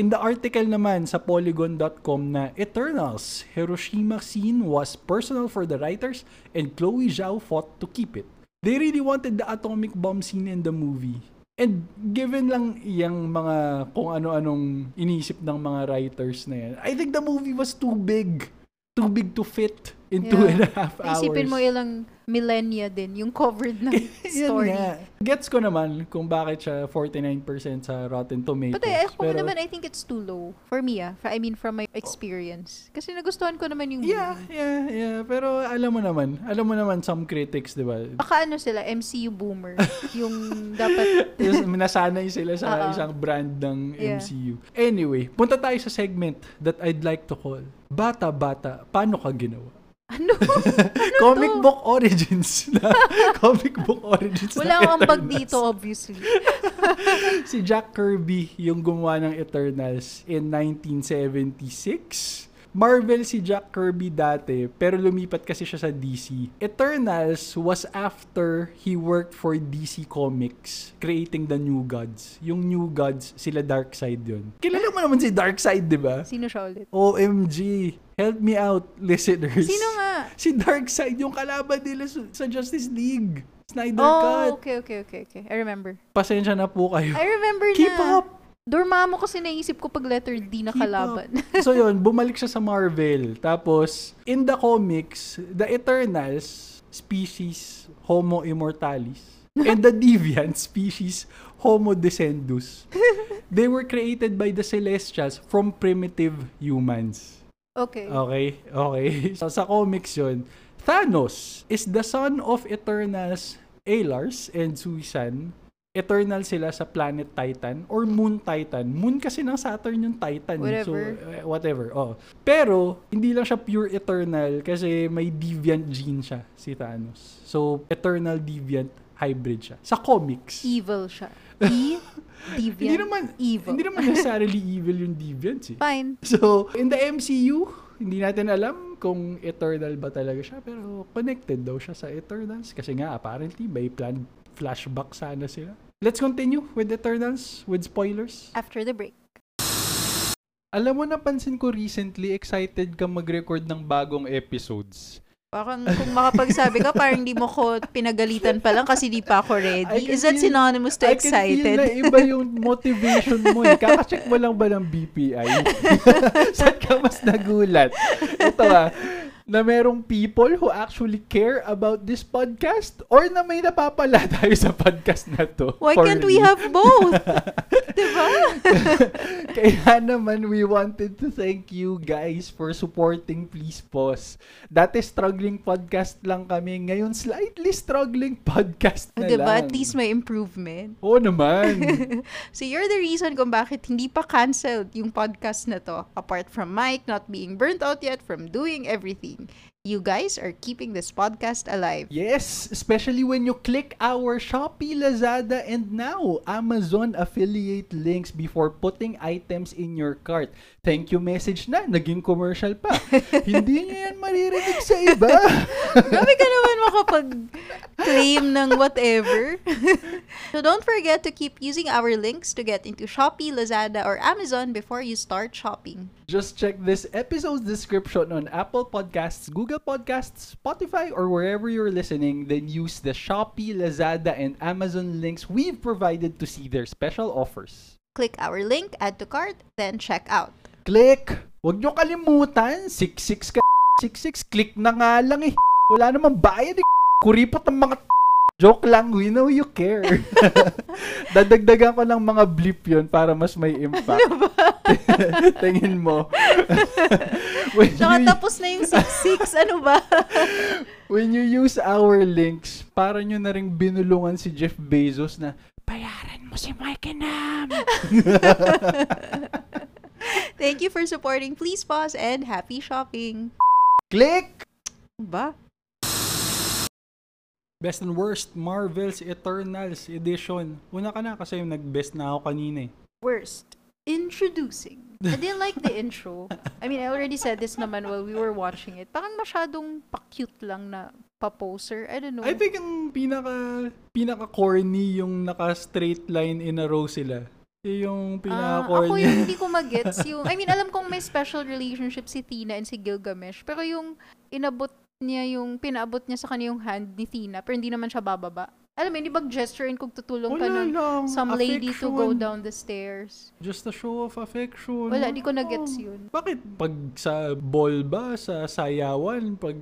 S2: In the article naman sa polygon.com na Eternals, Hiroshima scene was personal for the writers and Chloe Zhao fought to keep it. They really wanted the atomic bomb scene in the movie. And given lang yung mga kung ano-anong inisip ng mga writers na yan, I think the movie was too big. Too big to fit in two
S3: Yeah.
S2: and a half hours.
S3: Isipin mo ilang millennia din yung covered na
S2: Yan
S3: story.
S2: nga. Gets ko naman kung bakit siya 49% sa Rotten Tomatoes.
S3: But I, ako
S2: Pero-
S3: naman, eh. I think it's too low. For me, ah. For- I mean, from my experience. Kasi nagustuhan ko naman yung
S2: Yeah,
S3: movie.
S2: yeah, yeah. Pero alam mo naman, alam mo naman some critics, di ba?
S3: Baka ano sila, MCU boomer. yung dapat...
S2: Yes, nasanay sila sa
S3: Oo.
S2: isang brand ng
S3: Yeah.
S2: MCU. Anyway, punta tayo sa segment that I'd like to call Bata Bata, paano ka ginawa?
S3: ano?
S2: comic
S3: to?
S2: book origins na comic book origins ng
S3: Wala akong bag
S2: Eternals.
S3: dito, obviously.
S2: si Jack Kirby yung gumawa ng Eternals in 1976 Marvel si Jack Kirby dati, pero lumipat kasi siya sa DC. Eternals was after he worked for DC Comics, creating the New Gods. Yung New Gods, sila Darkseid yun. Kilala mo naman si Darkseid, di ba?
S3: Sino siya ulit?
S2: OMG, help me out, listeners.
S3: Sino nga?
S2: Si Darkseid yung kalaban nila sa sa Justice League. Snyder
S3: Oh,
S2: Cut.
S3: okay, okay, okay, okay. I remember.
S2: Pasensya na po kayo.
S3: I remember
S2: Keep
S3: na.
S2: up!
S3: Dormammu kasi naisip ko pag letter D na
S2: Keep
S3: kalaban.
S2: up. so yun, bumalik siya sa Marvel. Tapos, in the comics, the Eternals, species Homo immortalis. And the Deviant species Homo descendus. They were created by the Celestials from primitive humans.
S3: okay.
S2: Okay, okay. So, sa comics yun, Thanos is the son of Eternals Aelars and Suisan. Eternal sila sa planet Titan or Moon Titan. Moon kasi ng Saturn yung Titan. eh. So,
S3: Whatever.
S2: eh, whatever. Oh. Pero, hindi lang siya pure Eternal kasi may deviant gene siya, si Thanos. So, Eternal Deviant hybrid siya. Sa comics.
S3: Evil siya. E, deviant,
S2: Hindi naman,
S3: evil.
S2: hindi naman necessarily evil yung deviants eh.
S3: Fine.
S2: So, in the MCU, hindi natin alam kung Eternal ba talaga siya, pero connected daw siya sa Eternals kasi nga apparently may planned flashback sana sila. Let's continue with Eternals with spoilers.
S3: After the break.
S2: Alam mo, napansin ko recently, excited ka mag-record ng bagong episodes.
S3: Parang kung makapagsabi ka, parang di mo ko pinagalitan pa lang kasi di pa
S2: I
S3: ako ready.
S2: can
S3: Is that
S2: feel-
S3: synonymous to
S2: I can
S3: excited?
S2: feel na iba yung motivation mo. eh. Kakacheck mo lang ba ng BPI? Saan ka mas nagulat? Ito ah, na merong people who actually care about this podcast or na may napapala tayo sa podcast na to.
S3: Why
S2: For
S3: can't we
S2: real.
S3: have both? diba?
S2: Kaya naman, we wanted to thank you guys for supporting Please Pause. Dati struggling podcast lang kami. Ngayon, slightly struggling podcast na
S3: diba?
S2: lang.
S3: At least may improvement.
S2: Oo naman.
S3: So you're the reason kung bakit hindi pa canceled yung podcast na to. Apart from Mike not being burnt out yet from doing everything. You guys are keeping this podcast alive.
S2: Yes, especially when you click our Shopee, Lazada, and now Amazon affiliate links before putting items in your cart. Thank you message na, naging commercial pa. Hindi niya yan maririnig sa iba.
S3: Grabe ka naman makapag-claim ng whatever. so don't forget to keep using our links to get into Shopee, Lazada, or Amazon before you start shopping.
S2: Just check this episode's description on Apple Podcasts, Google Podcasts, Spotify, or wherever you're listening. Then use the Shopee, Lazada, and Amazon links we've provided to see their special offers.
S3: Click our link, add to cart, then check out.
S2: Click! Huwag nyo kalimutan, 66 ka 66, click na nga lang eh. Wala namang bayad eh. Kuripot ang mga Joke lang, we know you care. Dadagdagan ko ng mga blip yun para mas may impact.
S3: Ano
S2: Tingin mo. when,
S3: Tsaka
S2: you,
S3: tapos na yung 6-6, ano ba?
S2: when you use our links, para nyo na rin binulungan si Jeff Bezos na, bayaran mo si Mike and Nam.
S3: Thank you for supporting Please Pause and happy shopping.
S2: Click!
S3: Ba?
S2: Best and Worst Marvel's Eternals Edition. Una ka na kasi yung nag-best na ako kanina eh.
S3: Worst. Introducing. I didn't like the intro. I mean, I already said this naman while we were watching it. Parang masyadong pa-cute lang na pa-poser. I don't know.
S2: I think ang pinaka pinaka corny yung naka straight line in a row sila. Yung
S3: Ah,
S2: pinaka
S3: ako yung
S2: corny.
S3: hindi ko magets yung I mean alam kong may special relationship si Tina and si Gilgamesh pero yung inabot niya yung pinaabot niya sa kanya yung hand ni Tina pero hindi naman siya bababa alam mo hindi bag gesture and kung tutulong ka nun
S2: lang.
S3: some lady to go
S2: Affection.
S3: down the stairs
S2: Just a show of affection.
S3: wala di ko nagets
S2: Oo.
S3: yun
S2: Bakit pag sa ball ba, sa sayawan, pag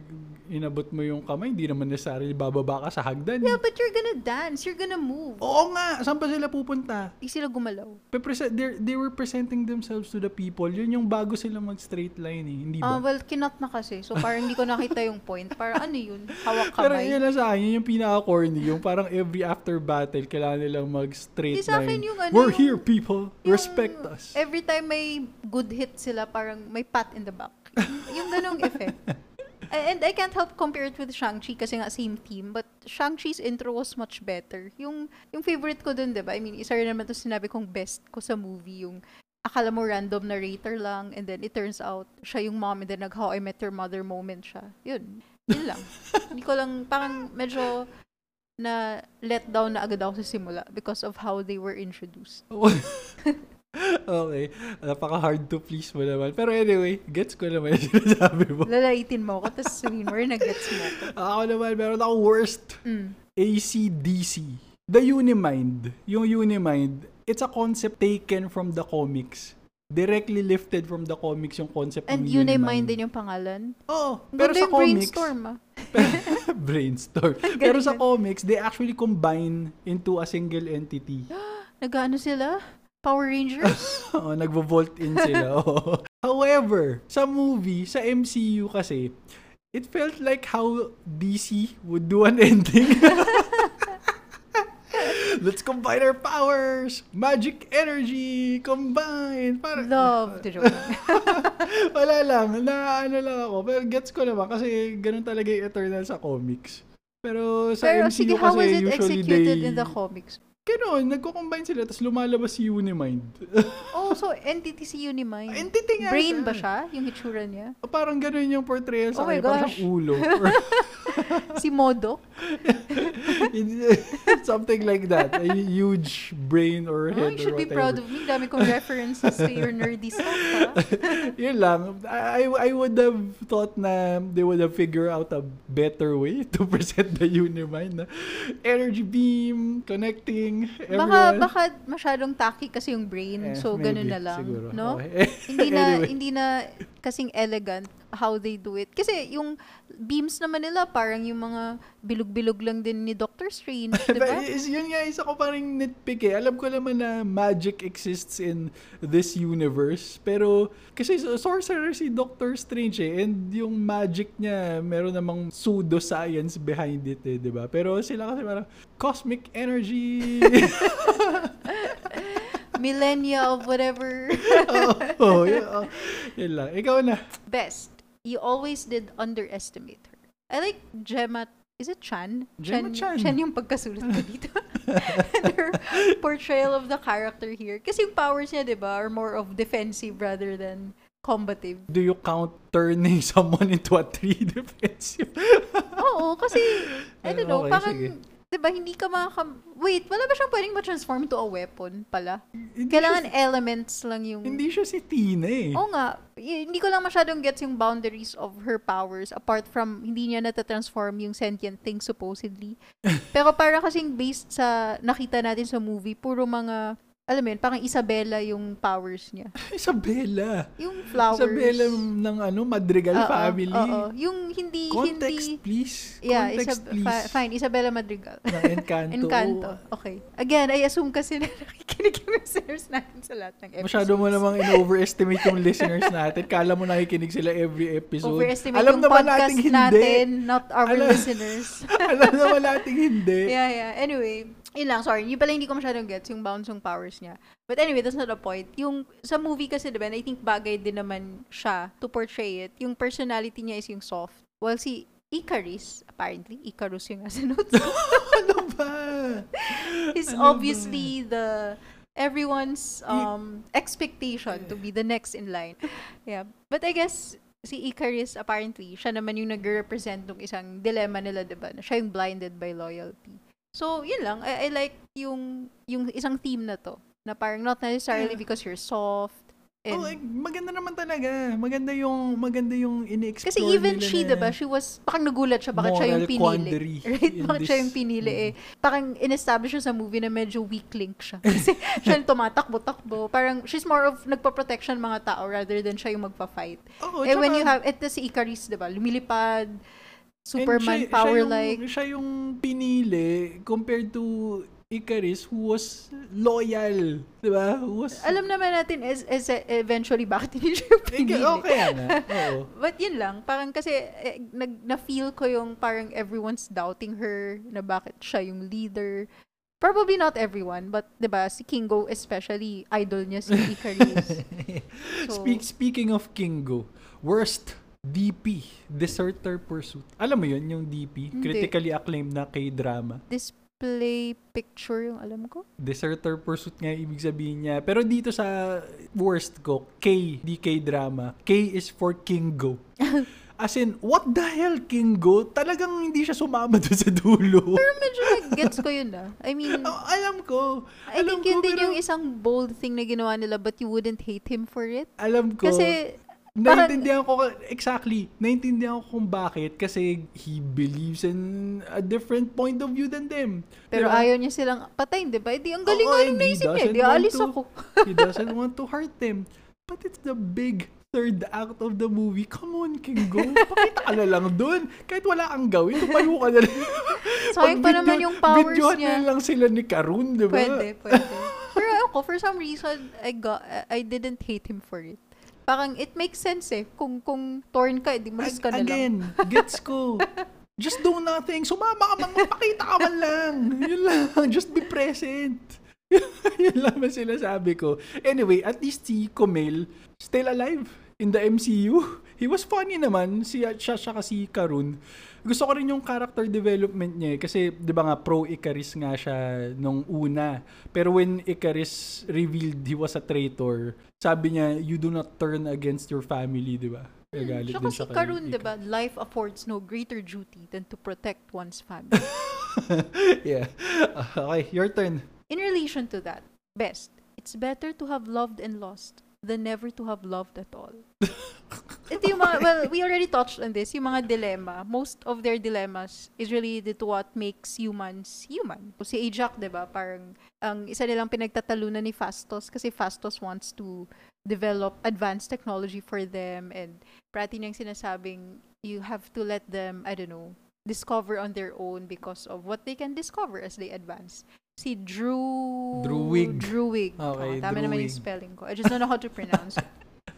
S2: inabot mo yung kamay, hindi naman necessarily bababa ka sa hagdan.
S3: yeah but you're gonna dance you're gonna move
S2: Oo nga, saan ba sila pupunta?
S3: di sila gumalaw
S2: Pepresent, they're- they were presenting themselves to the people. Yun yung bago sila mag-straight line eh, hindi
S3: ah
S2: ba?
S3: well kinat na kasi so parang hindi ko nakita yung point parang ano yun hawak
S2: Pero
S3: kamay
S2: yun lang sa akin, yun yung pinaka-corny. Yung parang every after battle, kailangan nilang mag-straight
S3: Di sa akin
S2: line.
S3: yung ano,
S2: We're
S3: yung-
S2: here, people. Respect
S3: Yung
S2: us.
S3: Every time may good hit sila, parang may pat in the back. Yung- yung ganong effect. A- And I can't help compare it with Shang-Chi kasi nga same team, but Shang-Chi's intro was much better. Yung, yung favorite ko dun, di ba? I mean, isa rin naman to sinabi kong best ko sa movie, yung akala mo random narrator lang, and then it turns out, siya yung mom, and then nag-How I Met Your Mother moment siya. Yun. Yun lang. Hindi ko lang, parang medyo na let down na agad ako sa simula because of how they were introduced.
S2: okay. Napaka-hard to please mo naman. Pero anyway, gets ko naman yung sinasabi mo.
S3: Lalaitin mo ako, tapos sabihin mo rin na gets mo ako.
S2: Ako naman, meron ako worst.
S3: Mm.
S2: ACDC. The Unimind. Yung Unimind, it's a concept taken from the comics. Directly lifted from the comics yung concept
S3: And
S2: ng
S3: yun ay
S2: Unimind.
S3: mind din yung pangalan.
S2: Oo.
S3: Ang
S2: Pero
S3: Ganda
S2: sa
S3: yung
S2: comics,
S3: brainstorm ah.
S2: brainstorm.
S3: Ang
S2: Pero sa
S3: galing.
S2: comics, they actually combine into a single entity.
S3: Nagaano sila? Power Rangers?
S2: Oo, nagvo-volt in sila. Oo. However, sa movie, sa MCU kasi, it felt like how DC would do an ending. Let's combine our powers! Magic energy! Combine! Para,
S3: Love. the joke. lang.
S2: Wala lang. Na ano lang ako. Pero gets ko naman kasi ganun talaga yung Eternal sa comics. Pero sa
S3: Pero
S2: MCU
S3: sige,
S2: kasi
S3: how was it
S2: usually
S3: executed
S2: they...
S3: in the comics?
S2: Ganun, nagko-combine sila tapos lumalabas si Unimind.
S3: Oh, so entity si Unimind.
S2: Entity nga
S3: Brain ba siya? Yung itsura niya?
S2: Parang ganun yung portrayal sa
S3: Oh my
S2: kanya. Parang
S3: gosh.
S2: siyang ulo.
S3: Si Modok?
S2: Something like that. A huge brain or
S3: Oh,
S2: head
S3: you
S2: or
S3: should be
S2: whatever.
S3: proud of me. Dami kong references to your nerdy stuff ah. ha.
S2: Yun lang. I, I would have thought na they would have figured out a better way to present the Unimind. Na energy beam, connecting,
S3: Baka,
S2: everyone.
S3: baka masyadong tacky kasi yung brain.
S2: Eh,
S3: so,
S2: maybe,
S3: ganun na lang.
S2: Siguro.
S3: No?
S2: Okay.
S3: hindi na
S2: Anyway.
S3: hindi na kasing elegant how they do it. Kasi yung beams naman nila parang yung mga bilog-bilog lang din ni Doctor Strange, 'di ba?
S2: But Diba? is, yun nga, isa ko parang nitpick eh. Alam ko naman na magic exists in this universe. Pero, kasi so- sorcerer si Doctor Strange eh. And yung magic niya, meron namang pseudo-science behind it eh, di ba? Pero sila kasi parang, cosmic energy!
S3: Millennia of whatever.
S2: oh, yun, oh, yun lang. Ikaw na.
S3: Best. You always did underestimate her. I like Gemma Is it Chan?
S2: Gemma Chan.
S3: Chan yung pagkasulat ko dito. And her portrayal of the character here. Kasi yung powers niya, di ba, are more of defensive rather than combative.
S2: Do you count turning someone into a tree defensive?
S3: Oo, kasi, I don't know,
S2: Eh, Okay,
S3: parang,
S2: sige.
S3: diba, hindi ka makakam... Wait, wala ba siyang pwedeng ma-transform to a weapon pala?
S2: Hindi
S3: Kailangan Oh.
S2: siya-
S3: elements lang yung...
S2: hindi siya si Tina eh.
S3: Oo nga, y- hindi ko lang masyadong gets yung boundaries of her powers apart from hindi niya natatransform yung sentient thing supposedly. Pero para kasing based sa nakita natin sa movie, puro mga alam mo yun, parang Isabella yung powers niya.
S2: Isabella.
S3: Yung flowers.
S2: Isabella ng ano, Madrigal
S3: Oo,
S2: family.
S3: oo. Yung hindi,
S2: Context,
S3: hindi.
S2: please.
S3: Yeah,
S2: Context,
S3: Isab-
S2: please.
S3: fi- fine, Isabella Madrigal.
S2: Ng Encanto.
S3: Encanto. Okay. Again, I assume kasi na nakikinig yung listeners natin sa lahat ng episodes.
S2: Masyado mo namang in-overestimate yung listeners natin. Kala mo nakikinig sila every episode.
S3: Overestimate yung podcast
S2: nating
S3: natin, not our
S2: Alam- Eh.
S3: listeners.
S2: Alam naman natin hindi.
S3: yeah, yeah. Anyway, yun lang. Sorry, yun pala hindi ko masyadong gets yung bounce yung powers niya. But anyway, that's not the point. Yung sa movie kasi, diba, and I think bagay din naman siya to portray it. Yung personality niya is yung soft. While si Icarus, apparently, Icarus yung nasa notes,
S2: ano ba?
S3: is
S2: Ano ba?
S3: obviously the everyone's um expectation to be the next in line. Yeah. But I guess si Icarus apparently siya naman yung nagre-represent ng isang dilemma nila, 'di ba? Na Siya yung blinded by loyalty. So, yun lang. I, I like yung yung isang theme na to na parang not necessarily
S2: Yeah.
S3: because you're soft and
S2: Oh, eh, maganda naman talaga. Maganda yung maganda yung ini-explore
S3: kasi even
S2: nila
S3: she,
S2: na-
S3: 'di ba, she was parang nagulat siya bakit siya
S2: Moral
S3: yung pinili.
S2: quandary
S3: Right?
S2: in
S3: Bakit siya
S2: this-
S3: yung pinili eh. Parang in-establish siya sa movie na medyo weak link siya. Kasi siya yung tumatakbo-takbo. Parang she's more of nagpa-protection mga tao rather than siya yung magpa-fight.
S2: Oo,
S3: eh when
S2: Oh, tsaka-
S3: you have, eto si Icarus, 'di ba, lumilipad,
S2: and
S3: Superman
S2: siya-
S3: power
S2: siya
S3: like.
S2: yung, siya yung pinili compared to Icarus who was loyal, 'di ba? Who was
S3: Alam naman natin is, is eventually bakit hindi siya yung
S2: Eh,
S3: pinili.
S2: okay na. Oo.
S3: But yun lang, parang kasi eh, nag, na-feel ko yung parang everyone's doubting her na bakit siya yung leader. Probably not everyone, but 'di ba si Kingo especially, idol niya si Icarus. So-
S2: Speak, speaking of Kingo, worst DP, Deserter Pursuit. Alam mo yun, yung DP,
S3: Hindi.
S2: critically acclaimed na K-drama.
S3: Display picture yung alam ko.
S2: Deserter Pursuit nga ibig sabihin niya. Pero dito sa worst ko, K, di K-drama. K is for Kingo. As in, what the hell, Kingo? Talagang hindi siya sumama doon sa dulo.
S3: Pero medyo nag-gets ko yun ah. I mean,
S2: Oh, alam ko.
S3: I
S2: alam
S3: think yun
S2: ko,
S3: din
S2: pero-
S3: yung isang bold thing na ginawa nila but you wouldn't hate him for it.
S2: alam ko.
S3: Kasi parang-
S2: Naiintindihan ko, exactly, naiintindihan ko kung bakit kasi he believes in a different point of view than them.
S3: pero
S2: Diba?
S3: ayaw niya silang patayin, di ba? Eh, Di, ang galing
S2: Oo,
S3: nga nung
S2: and he
S3: naisip niya.
S2: doesn't
S3: Di,
S2: want
S3: alis
S2: to.
S3: ako.
S2: he doesn't want to hurt them. But it's the big third act of the movie. Come on, Kingo. Pakita ka na lang dun. Kahit wala kang gawin, tumayo ka na lang.
S3: Sayang pa
S2: Pag
S3: naman
S2: video-
S3: yung powers
S2: videohan
S3: niya.
S2: na lang sila ni Karun, di ba?
S3: Pwede, pwede. Pero ako, for some reason, I got, I didn't hate him for it. Parang, it makes sense eh. Kung, kung torn ka, edi mas ka na lang.
S2: Again, gets ko. Just do nothing. Sumama ka man, magpakita ka man lang. Yun lang. Just be present. Yun lang ang sinasabi ko. Anyway, at least si Komel, still alive in the MCU. He was funny naman, si, siya siya kasi Karun. Gusto ko rin yung character development niya eh, kasi 'di ba nga pro Icarus nga siya nung una. Pero when Icarus revealed he was a traitor, sabi niya you do not turn against your family, 'di ba? Kaya galit din
S3: Hmm, Siya kasi
S2: siya kay
S3: Karun, di
S2: Icarus.
S3: ba? Life affords no greater duty than to protect one's family.
S2: yeah. Ah, Okay, your turn.
S3: In relation to that, best, it's better to have loved and lost than never to have loved at all. Ito yung mga, well, we already touched on this, yung mga dilemma. Most of their dilemmas is related to what makes humans human. Si Ajax, di ba, parang ang isa nilang pinagtatalunan ni Fastos kasi Fastos wants to develop advanced technology for them and prati niyang sinasabing you have to let them, I don't know, discover on their own because of what they can discover as they advance. Si Drew...
S2: Druig.
S3: Druig.
S2: Okay,
S3: Oo, tama naman yung
S2: Druig.
S3: spelling ko. I just don't know how to pronounce it.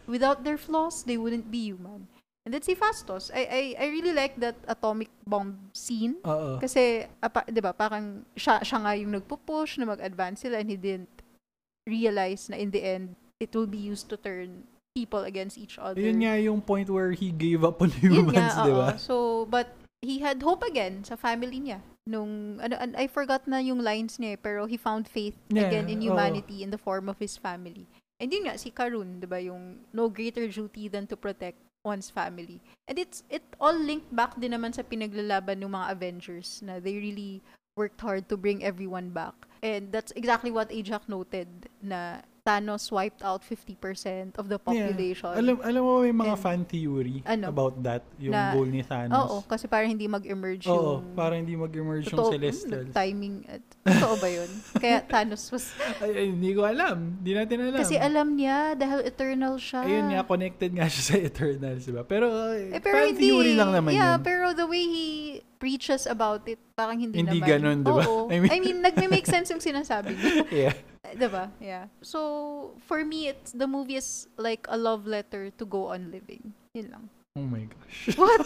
S3: Without their flaws, they wouldn't be human. And that's si Fastos. I, I, I really like that atomic bomb scene.
S2: Oo.
S3: Kasi, apa, 'di ba, parang siya, siya nga yung nagpo-push na mag-advance sila and he didn't realize na in the end, it will be used to turn people against each other.
S2: Yun nga yung point where he gave up on
S3: Yun nga,
S2: humans, di
S3: oo.
S2: ba?
S3: So, but he had hope again sa family niya. Nung, ano, an- I forgot na yung lines niya eh, pero he found faith
S2: Yeah, oh.
S3: again in
S2: oo.
S3: humanity in the form of his family. And yun nga, si Karun, di ba, yung no greater duty than to protect one's family. And it's it all linked back din naman sa pinaglalaban ng mga Avengers na they really worked hard to bring everyone back. And that's exactly what Ajak noted na Thanos wiped out 50% of the population.
S2: Alam, alam mo, may mga
S3: And-
S2: fan theory
S3: Ano?
S2: about that, yung
S3: Na-
S2: goal ni Thanos.
S3: Oo, kasi para hindi mag-emerge
S2: Oo,
S3: yung...
S2: para hindi mag-emerge
S3: Totoo-
S2: yung Celestials.
S3: mm, Timing. At, totoo ba yun? Kaya Thanos was...
S2: Ay, ay, hindi ko alam. Hindi natin alam.
S3: Kasi alam niya, dahil eternal siya.
S2: Ayun nga, connected nga siya sa Eternals, diba? Pero,
S3: Eh,
S2: eh, fan
S3: pero hindi,
S2: theory lang naman
S3: yeah,
S2: yun.
S3: pero the way he preaches about it, parang hindi,
S2: Hindi
S3: naman.
S2: ganun, di ba?
S3: Oo.
S2: I
S3: I
S2: mean-
S3: mean, nagme-make sense yung sinasabi niya.
S2: yeah.
S3: di ba? Yeah. So, for me, it's, the movie is like a love letter to go on living. Yun lang.
S2: Oh my gosh.
S3: What?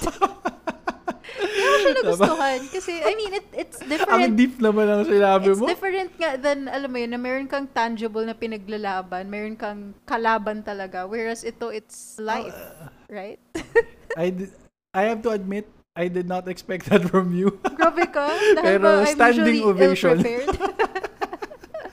S3: Hindi ko siya
S2: Tama.
S3: nagustuhan. Kasi, I mean, it, it's
S2: Ang
S3: different.
S2: deep naman ang sinabi
S3: It's
S2: mo.
S3: different nga than, alam mo yun, na meron kang tangible na pinaglalaban, meron kang kalaban talaga. Whereas ito, it's life,
S2: Ah.
S3: right?
S2: Uh, I, did- I have to admit, I did not expect that from you.
S3: Grabe ka. Dahil
S2: Pero
S3: ba, I'm
S2: standing
S3: usually
S2: ovation.
S3: ill-prepared.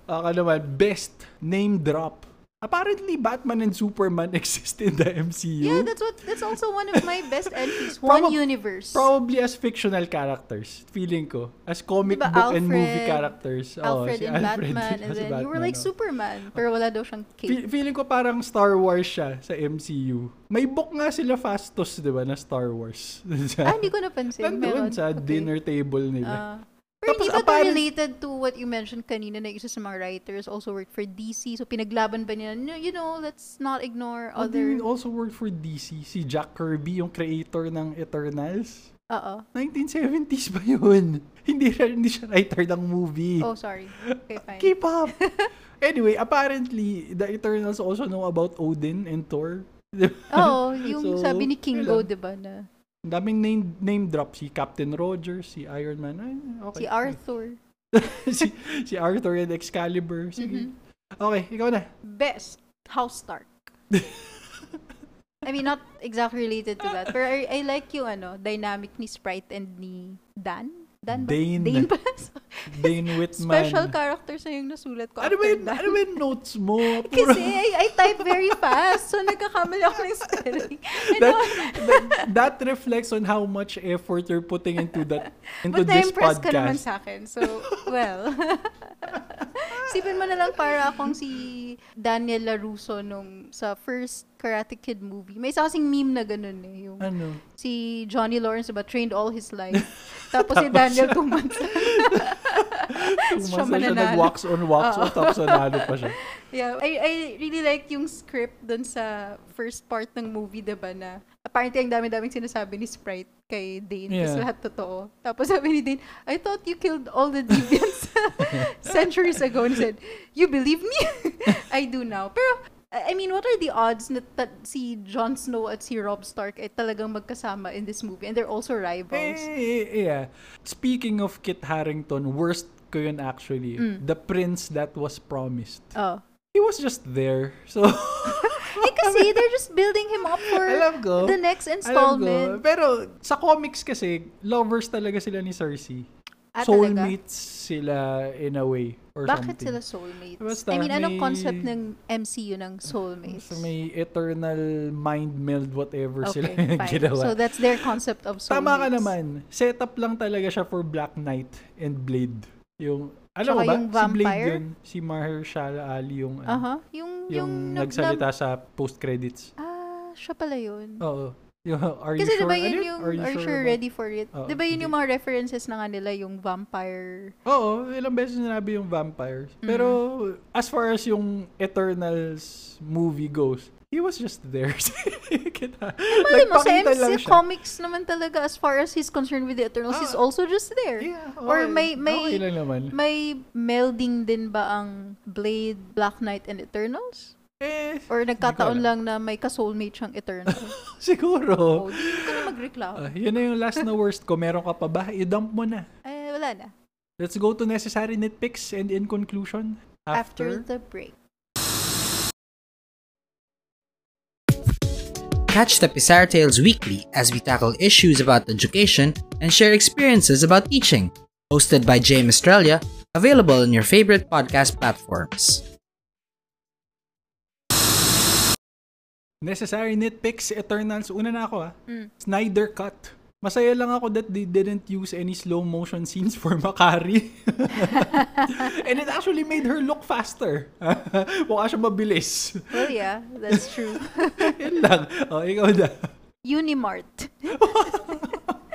S2: Baka naman, best name drop. Apparently, Batman and Superman exist in the MCU.
S3: yeah, that's what. That's also one of my best entries.
S2: Probab-
S3: One universe.
S2: Probably as fictional characters, feeling ko. As comic
S3: Diba,
S2: book and
S3: Alfred?
S2: movie characters. Oo,
S3: Alfred
S2: Oh, si
S3: and Batman,
S2: din
S3: and
S2: si
S3: then you
S2: Batman, oh.
S3: were like
S2: oo.
S3: Superman, pero wala daw siyang cape.
S2: Fe- feeling ko parang Star Wars siya sa MCU. May book nga sila Fastos, di ba, na Star Wars.
S3: ah, hindi ko napansin.
S2: Nandun
S3: Meron.
S2: sa
S3: Okay.
S2: dinner table nila.
S3: Ah. pero
S2: Tapos
S3: hindi ba ito
S2: apparent-
S3: related to what you mentioned kanina na isa sa mga writers also worked for DC? So pinaglaban ba nila, "No, you know, let's not ignore
S2: Oh, they
S3: other...
S2: also worked for DC. Si Jack Kirby, yung creator ng Eternals.
S3: Oo.
S2: 1970s ba yun? Hindi siya, hindi siya writer ng movie.
S3: Oh, sorry. Okay, fine.
S2: Keep up! anyway, apparently, the Eternals also know about Odin and Thor.
S3: Oo, yung
S2: So,
S3: sabi ni Kingo,
S2: yun lang.
S3: di ba, na
S2: Ang daming name, name drop. Si Captain Rogers, si Iron Man. Ay, okay.
S3: si Arthur.
S2: si, si Arthur and Excalibur. Sige.
S3: Mhm.
S2: Okay, ikaw na.
S3: Best, House Stark. I mean, not exactly related to that. Pero I, I like yung ano, dynamic ni Sprite and ni Dan. Dan ba?
S2: Dane.
S3: Dane ba?
S2: Dane Whitman.
S3: Special characters na yung nasulat ko.
S2: Ano ba
S3: after
S2: yun?
S3: Dan.
S2: Ano ba yung notes mo? Puro-
S3: Kasi I, I type very fast. So nagkakamali ako ng spelling. Ano? And
S2: that,
S3: all-
S2: that, that reflects on how much effort you're putting into that into
S3: But
S2: this
S3: na-impress ka naman
S2: podcast.
S3: sa akin. So, well. Sipin mo na lang para akong si Daniel LaRusso nung sa first Karate Kid movie. May isa kasing meme na ganun eh. Yung
S2: Ano?
S3: si Johnny Lawrence ba trained all his life. Tapos si Daniel
S2: siya.
S3: Tumansa.
S2: Tumasa siya,
S3: mananalo.
S2: nag-wax on, wax on, tapos nanalo pa siya.
S3: Yeah, I, I really like yung script dun sa first part ng movie, diba, na apparently ang dami-daming sinasabi ni Sprite kay Dane, kasi
S2: Yeah.
S3: lahat totoo. Tapos sabi ni Dane, I thought you killed all the deviants centuries ago. And he said, you believe me? I do now. Pero, I I mean, what are the odds na ta- si Jon Snow at si Robb Stark ay talagang magkasama in this movie and they're also rivals?
S2: Eh, yeah. Speaking of Kit Harrington, worst ko yun actually.
S3: Mm.
S2: The prince that was promised.
S3: Oh.
S2: He was just there. So,
S3: Eh kasi, they're just building him up for
S2: alam ko.
S3: the next
S2: Alam ko.
S3: installment.
S2: Pero sa comics kasi, lovers talaga sila ni Cersei.
S3: Ah, talaga?
S2: Soulmates sila in a way or
S3: Bakit
S2: something.
S3: sila soulmates?
S2: Basta
S3: I mean, anong
S2: may-
S3: concept ng MCU ng soulmates?
S2: So may eternal mind meld whatever sila
S3: okay,
S2: yung
S3: fine.
S2: ginawa.
S3: So that's their concept of soulmates.
S2: Tama ka naman. Setup lang talaga siya for Black Knight and Blade. Yung, alam
S3: Tsaka
S2: mo ba?
S3: yung
S2: Si Blade
S3: vampire?
S2: yun. Si Mahershala Ali yung, ano,
S3: Aha. Uh-huh. Yung,
S2: yung,
S3: yung, nag-
S2: nagsalita
S3: nab-
S2: sa post-credits.
S3: Ah, siya pala yun.
S2: Oo. Yung, are you sure?
S3: Kasi diba
S2: Ano
S3: yun yung, are you sure,
S2: about-"
S3: ready for it?
S2: Oo,
S3: diba
S2: hindi.
S3: yun yung mga references na nga nila, yung vampire.
S2: Oo, ilang beses sinabi yung vampires. Pero
S3: Mm-hmm.
S2: as far as yung Eternals movie goes, he was just there. Kita.
S3: Malay mo, sa
S2: Nagpakita lang
S3: MCU
S2: siya.
S3: comics naman talaga, as far as he's concerned with the
S2: Ah.
S3: Eternals, he's also just there.
S2: Yeah, okay.
S3: Or may- may-
S2: Okay lang naman.
S3: May melding din ba ang Blade, Black Knight, and Eternals?
S2: eh,
S3: Or nagkataon
S2: alam.
S3: lang na may ka-soulmate siyang Eternal?
S2: siguro.
S3: Oh, di ka na magreklamo.
S2: Ah, yun na yung last na worst ko. Meron ka pa ba? I-dump mo na.
S3: Eh, wala na.
S2: Let's go to necessary nitpicks and in conclusion.
S3: After, the break.
S1: Catch the Pizarro Tales weekly as we tackle issues about education and share experiences about teaching. Hosted by James Australia, available on your favorite podcast platforms.
S2: Necessary nitpicks, Eternals. Una na ako ah.
S3: Mm.
S2: Snyder Cut. Masaya lang ako that they didn't use any slow motion scenes for Makari. And it actually made her look faster. Mukha siya mabilis.
S3: Well, yeah, that's true.
S2: Yan lang. Oh, ikaw na.
S3: Unimart.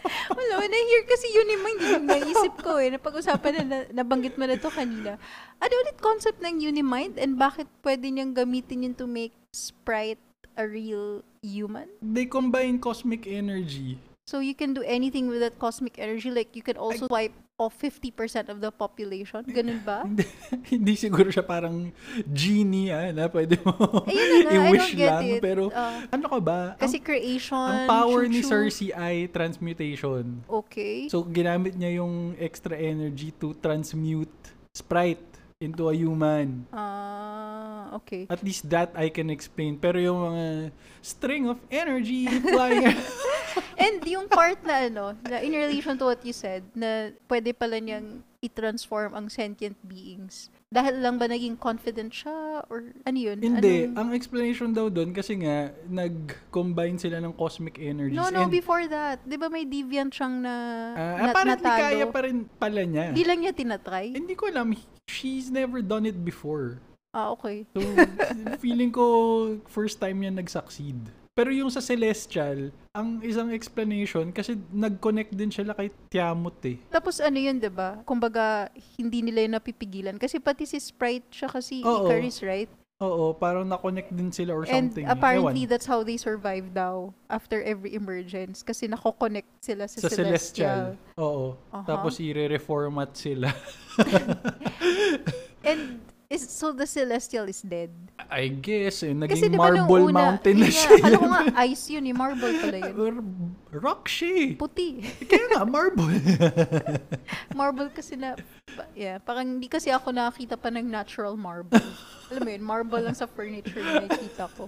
S3: Wala, when I hear kasi Unimart, hindi lang naisip ko eh. Napag-usapan na, na- nabanggit mo na to kanina. Ano ulit concept ng Unimind and bakit pwede niyang gamitin yun to make Sprite a real human?
S2: They combine cosmic energy.
S3: So you can do anything with that cosmic energy. Like, you can also wipe off 50% of the population. Ganun ba?
S2: Hindi- Hindi siguro siya parang genie ah, na pwede mo
S3: Ayun Eh, na nga, I don't
S2: i-wish
S3: get
S2: lang.
S3: it.
S2: Pero
S3: Ah.
S2: ano ka ba?
S3: Kasi
S2: ang,
S3: creation,
S2: ang power ni
S3: chuchu.
S2: Cersei ay transmutation.
S3: Okay.
S2: So ginamit niya yung extra energy to transmute Sprite into a human.
S3: Ah, okay.
S2: At least that I can explain. Pero yung mga string of energy flying
S3: And yung part na ano, na in relation to what you said, na pwede pala niyang i-transform ang sentient beings. Dahil lang ba naging confident siya? Or ano yun?
S2: Hindi. Ah,
S3: Anong-
S2: Ang explanation daw doon kasi nga nag-combine sila ng cosmic energies.
S3: no, no,
S2: and,
S3: before that. Di ba may deviant siyang na,
S2: ah,
S3: na
S2: apparently
S3: natalo?
S2: kaya pa rin pala niya.
S3: Di lang niya tinatry?
S2: Hindi ko alam. She's never done it before.
S3: Ah, okay.
S2: So, feeling ko first time niya nag-succeed. Pero yung sa Celestial, ang isang explanation, kasi nag-connect din sila kay Tiamot eh.
S3: Tapos ano yun, di ba? Kumbaga, hindi nila yun napipigilan. Kasi pati si Sprite siya kasi
S2: Oo.
S3: Icarus, right?
S2: Oo, parang na-connect din sila or
S3: And
S2: something. eh. Ewan.
S3: apparently, that's how they survive daw after every emergence. Kasi nako-connect sila
S2: sa
S3: sa,
S2: Celestial.
S3: Celestial. Uh-huh.
S2: Oo.
S3: Aha.
S2: Tapos i-reformat sila.
S3: And is, so the Celestial is dead.
S2: I guess, eh,
S3: Kasi
S2: naging
S3: di ba nung
S2: Marble
S3: una,
S2: Mountain na
S3: yun nga,
S2: siya.
S3: Alam ko nga, ice yun eh. Marble pala yun.
S2: Or rock siya eh.
S3: Puti.
S2: Kaya nga, marble.
S3: Marble kasi na, ba- yeah, parang hindi kasi ako nakakita pa ng natural marble. Alam mo yun, marble lang sa furniture na nakikita ko.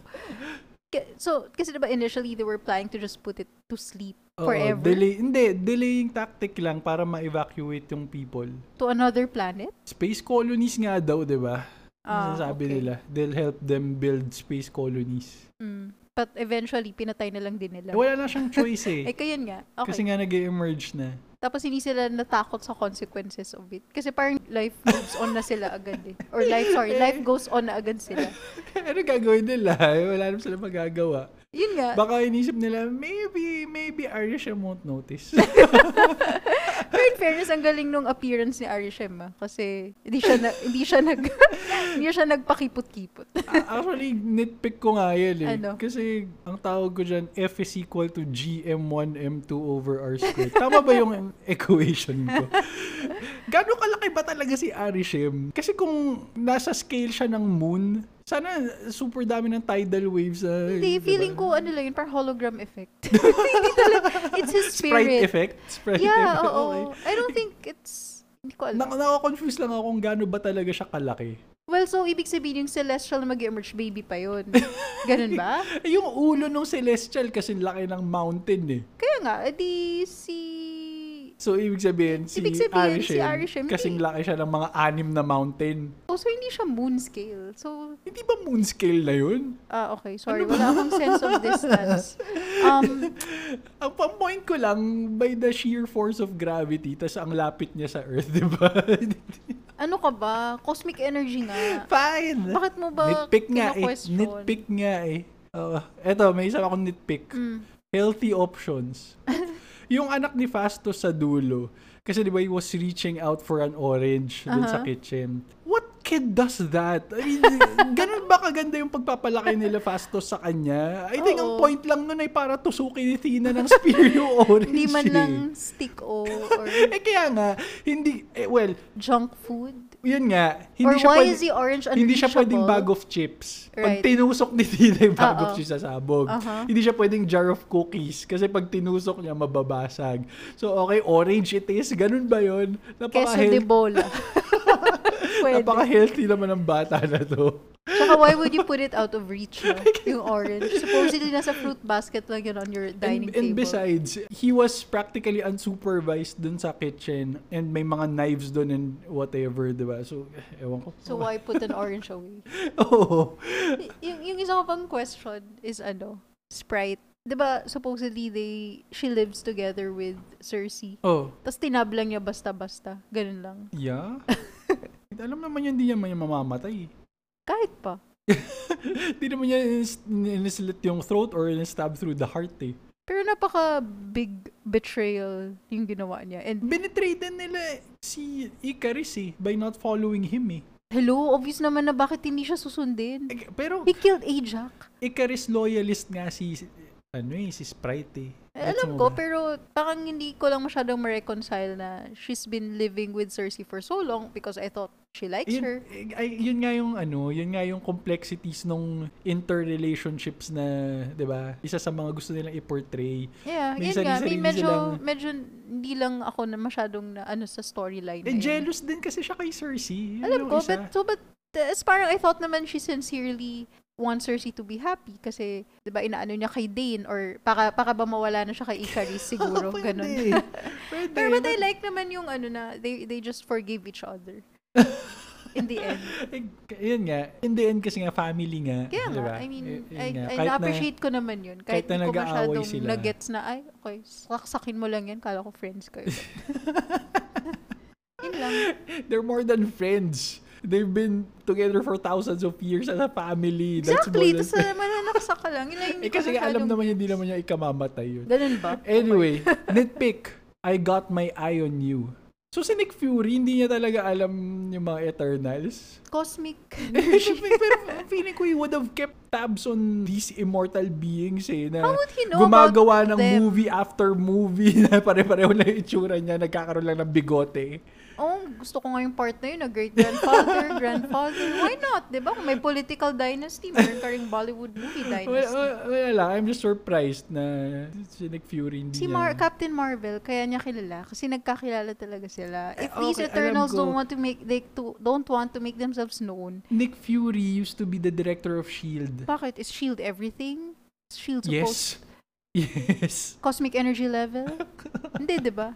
S3: K- So, kasi diba initially they were planning to just put it to sleep
S2: Oo,
S3: forever
S2: delay, hindi, delaying tactic lang para ma-evacuate yung people.
S3: to another planet?
S2: Space colonies nga daw, di ba?
S3: Ah,
S2: Sabi
S3: okay.
S2: nila, they'll help them build space colonies.
S3: Mm. But eventually, pinatay na lang din nila.
S2: Eh, Wala na siyang choice eh.
S3: Eh, kaya yun nga. Okay.
S2: Kasi nga nag emerge na.
S3: Tapos hindi sila natakot sa consequences of it. Kasi parang life moves on na sila agad eh. Or life, sorry, life goes on na agad sila.
S2: ano gagawin nila? Wala naman sila magagawa.
S3: Yun nga.
S2: Baka inisip nila, maybe, maybe Arisha won't notice.
S3: Pero in fairness, ang galing nung appearance ni Ari Shem, ah. Kasi hindi siya, na, hindi siya, nag, hindi siya nagpakipot-kipot.
S2: Actually, nitpick ko nga yun eh.
S3: Ano?
S2: Kasi ang tawag ko dyan, F is equal to GM1M2 over R squared. Tama ba yung equation ko? Gano'ng kalaki ba talaga si Arishim? Kasi kung nasa scale siya ng moon, sana super dami ng tidal waves. ah,
S3: hindi,
S2: diba?
S3: feeling ko ano lang yun, parang hologram effect. hindi talaga, it's his spirit.
S2: Sprite effect? Sprite
S3: Yeah,
S2: effect.
S3: oo.
S2: okay.
S3: I don't think it's, hindi ko alam.
S2: Na- Nakakonfuse lang ako kung gano'n ba talaga siya kalaki.
S3: Well, so ibig sabihin yung celestial na mag-emerge baby pa yun. Ganun ba?
S2: Eh, Yung ulo ng celestial kasi laki ng mountain eh.
S3: Kaya nga, edi si...
S2: So, ibig sabihin, si
S3: Ibig sabihin, si eh.
S2: Arishem,
S3: Arishem,
S2: kasing
S3: hindi.
S2: laki siya ng mga anim na mountain.
S3: Oh, so hindi siya moon scale. So,
S2: Hindi ba moon scale na yun?
S3: ah, okay, sorry.
S2: Ano
S3: Wala akong sense of distance. Um,
S2: Ang pampoint ko lang, by the sheer force of gravity, tas ang lapit niya sa Earth, di ba?
S3: ano ka ba? Cosmic energy nga.
S2: Fine!
S3: Bakit mo ba
S2: nitpick nga eh.
S3: kino-question?
S2: Nitpick nga eh. Oo. eto, may isa akong nitpick.
S3: Mm.
S2: Healthy options. yung anak ni Fastos sa dulo, kasi di ba he was reaching out for an orange dun sa
S3: Aha.
S2: kitchen. What kid does that? I mean, ganun ba kaganda yung pagpapalaki nila Fastos sa kanya? I think ang
S3: Oo.
S2: point lang nun ay para tusukin ni Tina ng spear yung orange.
S3: Hindi man
S2: eh.
S3: lang stick o or
S2: Eh kaya nga, hindi, eh, well,
S3: junk food.
S2: yun nga,
S3: or
S2: hindi siya
S3: why
S2: pwede-
S3: is the orange unreachable?
S2: hindi siya pwedeng bag of chips. Pag
S3: Right.
S2: tinusok ni Tita yung bag of
S3: Oo. Uh-huh.
S2: chips, sasabog.
S3: Aha.
S2: Hindi siya pwedeng jar of cookies kasi pag tinusok niya, mababasag. So, okay, orange it is. Ganun ba yun?
S3: Queso de
S2: Napaka-healthy,
S3: bola. Pwede.
S2: napaka-healthy naman ng bata na to.
S3: Tsaka why would you put it out of reach, no? yung orange? Supposedly, nasa fruit basket lang yun on your dining
S2: And, and
S3: table.
S2: besides, he was practically unsupervised dun sa kitchen and may mga knives dun and whatever, di ba? So, eh, ewan ko. Oh.
S3: so why put an orange away?
S2: Oo.
S3: Y- yung, yung isa ko pang question is ano, Sprite. 'di ba supposedly they she lives together with Cersei.
S2: Oh.
S3: Tapos tinab lang niya basta-basta. Ganun lang.
S2: Yeah? Alam naman yun, hindi naman yung mamamatay.
S3: Kahit pa.
S2: Hindi naman niya inis- inislit yung throat or stab through the heart eh.
S3: Pero napaka big betrayal yung ginawa niya. And
S2: Binetray din nila eh, si Icarus eh, by not following him eh.
S3: hello, obvious naman na bakit hindi siya susundin.
S2: Ik- Pero
S3: He killed Ajax.
S2: Icarus loyalist nga si, ano eh, si Sprite eh.
S3: Eh,
S2: Gets
S3: Alam
S2: mo
S3: ko,
S2: ba?
S3: pero parang hindi ko lang masyadong ma-reconcile na she's been living with Cersei for so long because I thought she likes
S2: Yun,
S3: her.
S2: eh, ay, yun nga yung ano, yun nga yung complexities nung interrelationships na, 'di ba? Isa sa mga gusto nilang i-portray.
S3: Yeah,
S2: May
S3: yun nga.
S2: sarili-sarili
S3: May medyo,
S2: silang-
S3: medyo hindi lang ako na masyadong na ano sa storyline na
S2: And Eh,
S3: yun.
S2: jealous din kasi siya kay Cersei. Yun
S3: Alam
S2: yung
S3: ko,
S2: isa.
S3: but, so, but uh, it's parang I thought naman she sincerely wants Cersei to be happy kasi, di ba, inaano niya kay Dane or baka, baka ba mawala na siya kay Icarus siguro,
S2: Pwede.
S3: ganun.
S2: Pwede.
S3: Pero but I
S2: but-
S3: like naman yung ano na, they, they just forgive each other in the end.
S2: Eh, yun nga, in the end kasi nga family nga,
S3: Kaya
S2: di
S3: nga,
S2: ba? Eh,
S3: I mean,
S2: Yun- yun
S3: I,
S2: nga.
S3: I
S2: Kahit
S3: na-appreciate ko naman yun. Kahit,
S2: kahit na
S3: hindi ko
S2: nag-aaway
S3: masyadong
S2: sila.
S3: nag-gets na, ay, okay, saksakin mo lang yan, kala ko friends kayo. yun lang.
S2: Na, they're more than friends. They've been together for thousands of years as a family. That's
S3: Exactly,
S2: more than
S3: tapos uh, mananaksak ka lang. Yun lang yung
S2: Eh, kasi nga, alam naman niya, hindi naman niya ikamamatay yun.
S3: Ganun ba?
S2: Anyway, nitpick, I got my eye on you. So si Nick Fury, hindi niya talaga alam yung mga Eternals.
S3: Cosmic energy.
S2: Pero feeling ko he would have kept tabs on these immortal beings eh. Na
S3: How would he know
S2: gumagawa
S3: about
S2: ng
S3: them?
S2: movie after movie na pare-pareho na yung itsura niya, nagkakaroon lang ng bigote.
S3: Oh, gusto ko nga yung part na yun, na great-grandfather, grandfather. Why not? Di ba? Kung may political dynasty, meron ka ring Bollywood movie
S2: Wala,
S3: dynasty.
S2: wala, wala lang, I'm just surprised na si Nick Fury hindi
S3: Si
S2: niya...
S3: Mar- Captain Marvel, kaya niya kilala kasi nagkakilala talaga sila. If
S2: Eh,
S3: these
S2: okay, alam
S3: Eternals
S2: ko.
S3: don't want to make they to, don't want to make themselves known,
S2: Nick Fury used to be the director of S.H.I.E.L.D.
S3: bakit is Shield E everything? Is Shield supposed
S2: E Yes. Yes.
S3: cosmic energy level? Hindi, 'di ba?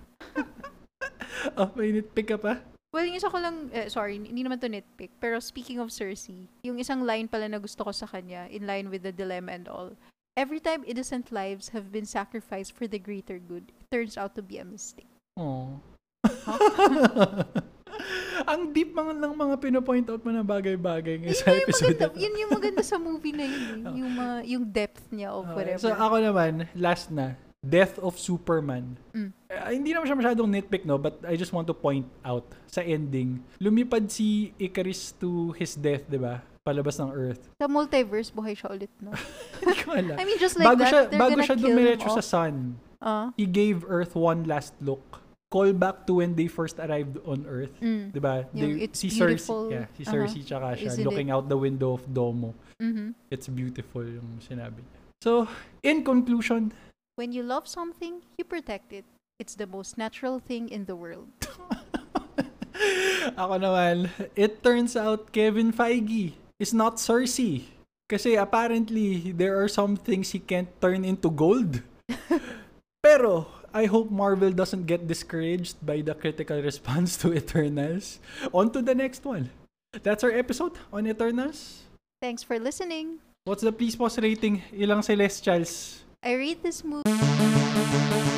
S2: Oh, may nitpick ka pa?
S3: Well, yung isa ko lang, eh, sorry, hindi naman to nitpick, pero speaking of Cersei, yung isang line pala na gusto ko sa kanya, in line with the dilemma and all, every time innocent lives have been sacrificed for the greater good, it turns out to be a mistake.
S2: Oh. Ang deep mga lang mga pinapoint out mo na bagay-bagay ngayon
S3: Yun
S2: sa
S3: nga yung
S2: episode
S3: maganda,
S2: na to.
S3: yun yung maganda sa movie na yun, eh, yung, mga- yung depth niya of
S2: Okay,
S3: whatever.
S2: So ah- ako naman, last na, Death of Superman.
S3: Mm.
S2: Eh, hindi naman siya masyadong nitpick, no? But I just want to point out sa ending. Lumipad si Icarus to his death, di ba? Palabas ng Earth.
S3: sa multiverse, buhay siya ulit, no?
S2: Hindi ko alam.
S3: I mean, just like
S2: bago
S3: that,
S2: siya,
S3: they're
S2: bago
S3: gonna
S2: siya
S3: kill him
S2: dumiretso sa
S3: off.
S2: sun,
S3: Ah,
S2: he gave Earth one last look. Call back to when they first arrived on Earth.
S3: mm,
S2: Diba?
S3: Yung
S2: They-
S3: it's
S2: si
S3: beautiful.
S2: Cersei, yeah, si
S3: Aha.
S2: Cersei tsaka siya
S3: Isn't it?
S2: looking out the window of Domo.
S3: mhm.
S2: It's beautiful yung sinabi niya. So, in conclusion,
S3: When you love something, you protect it. It's the most natural thing in the world.
S2: ako naman, it turns out Kevin Feige is not Cersei. Kasi apparently, there are some things he can't turn into gold. Pero, I hope Marvel doesn't get discouraged by the critical response to Eternals. On to the next one. That's our episode on Eternals.
S3: Thanks for listening.
S2: What's the please pause rating? Ilang celestials?
S3: I read this movie.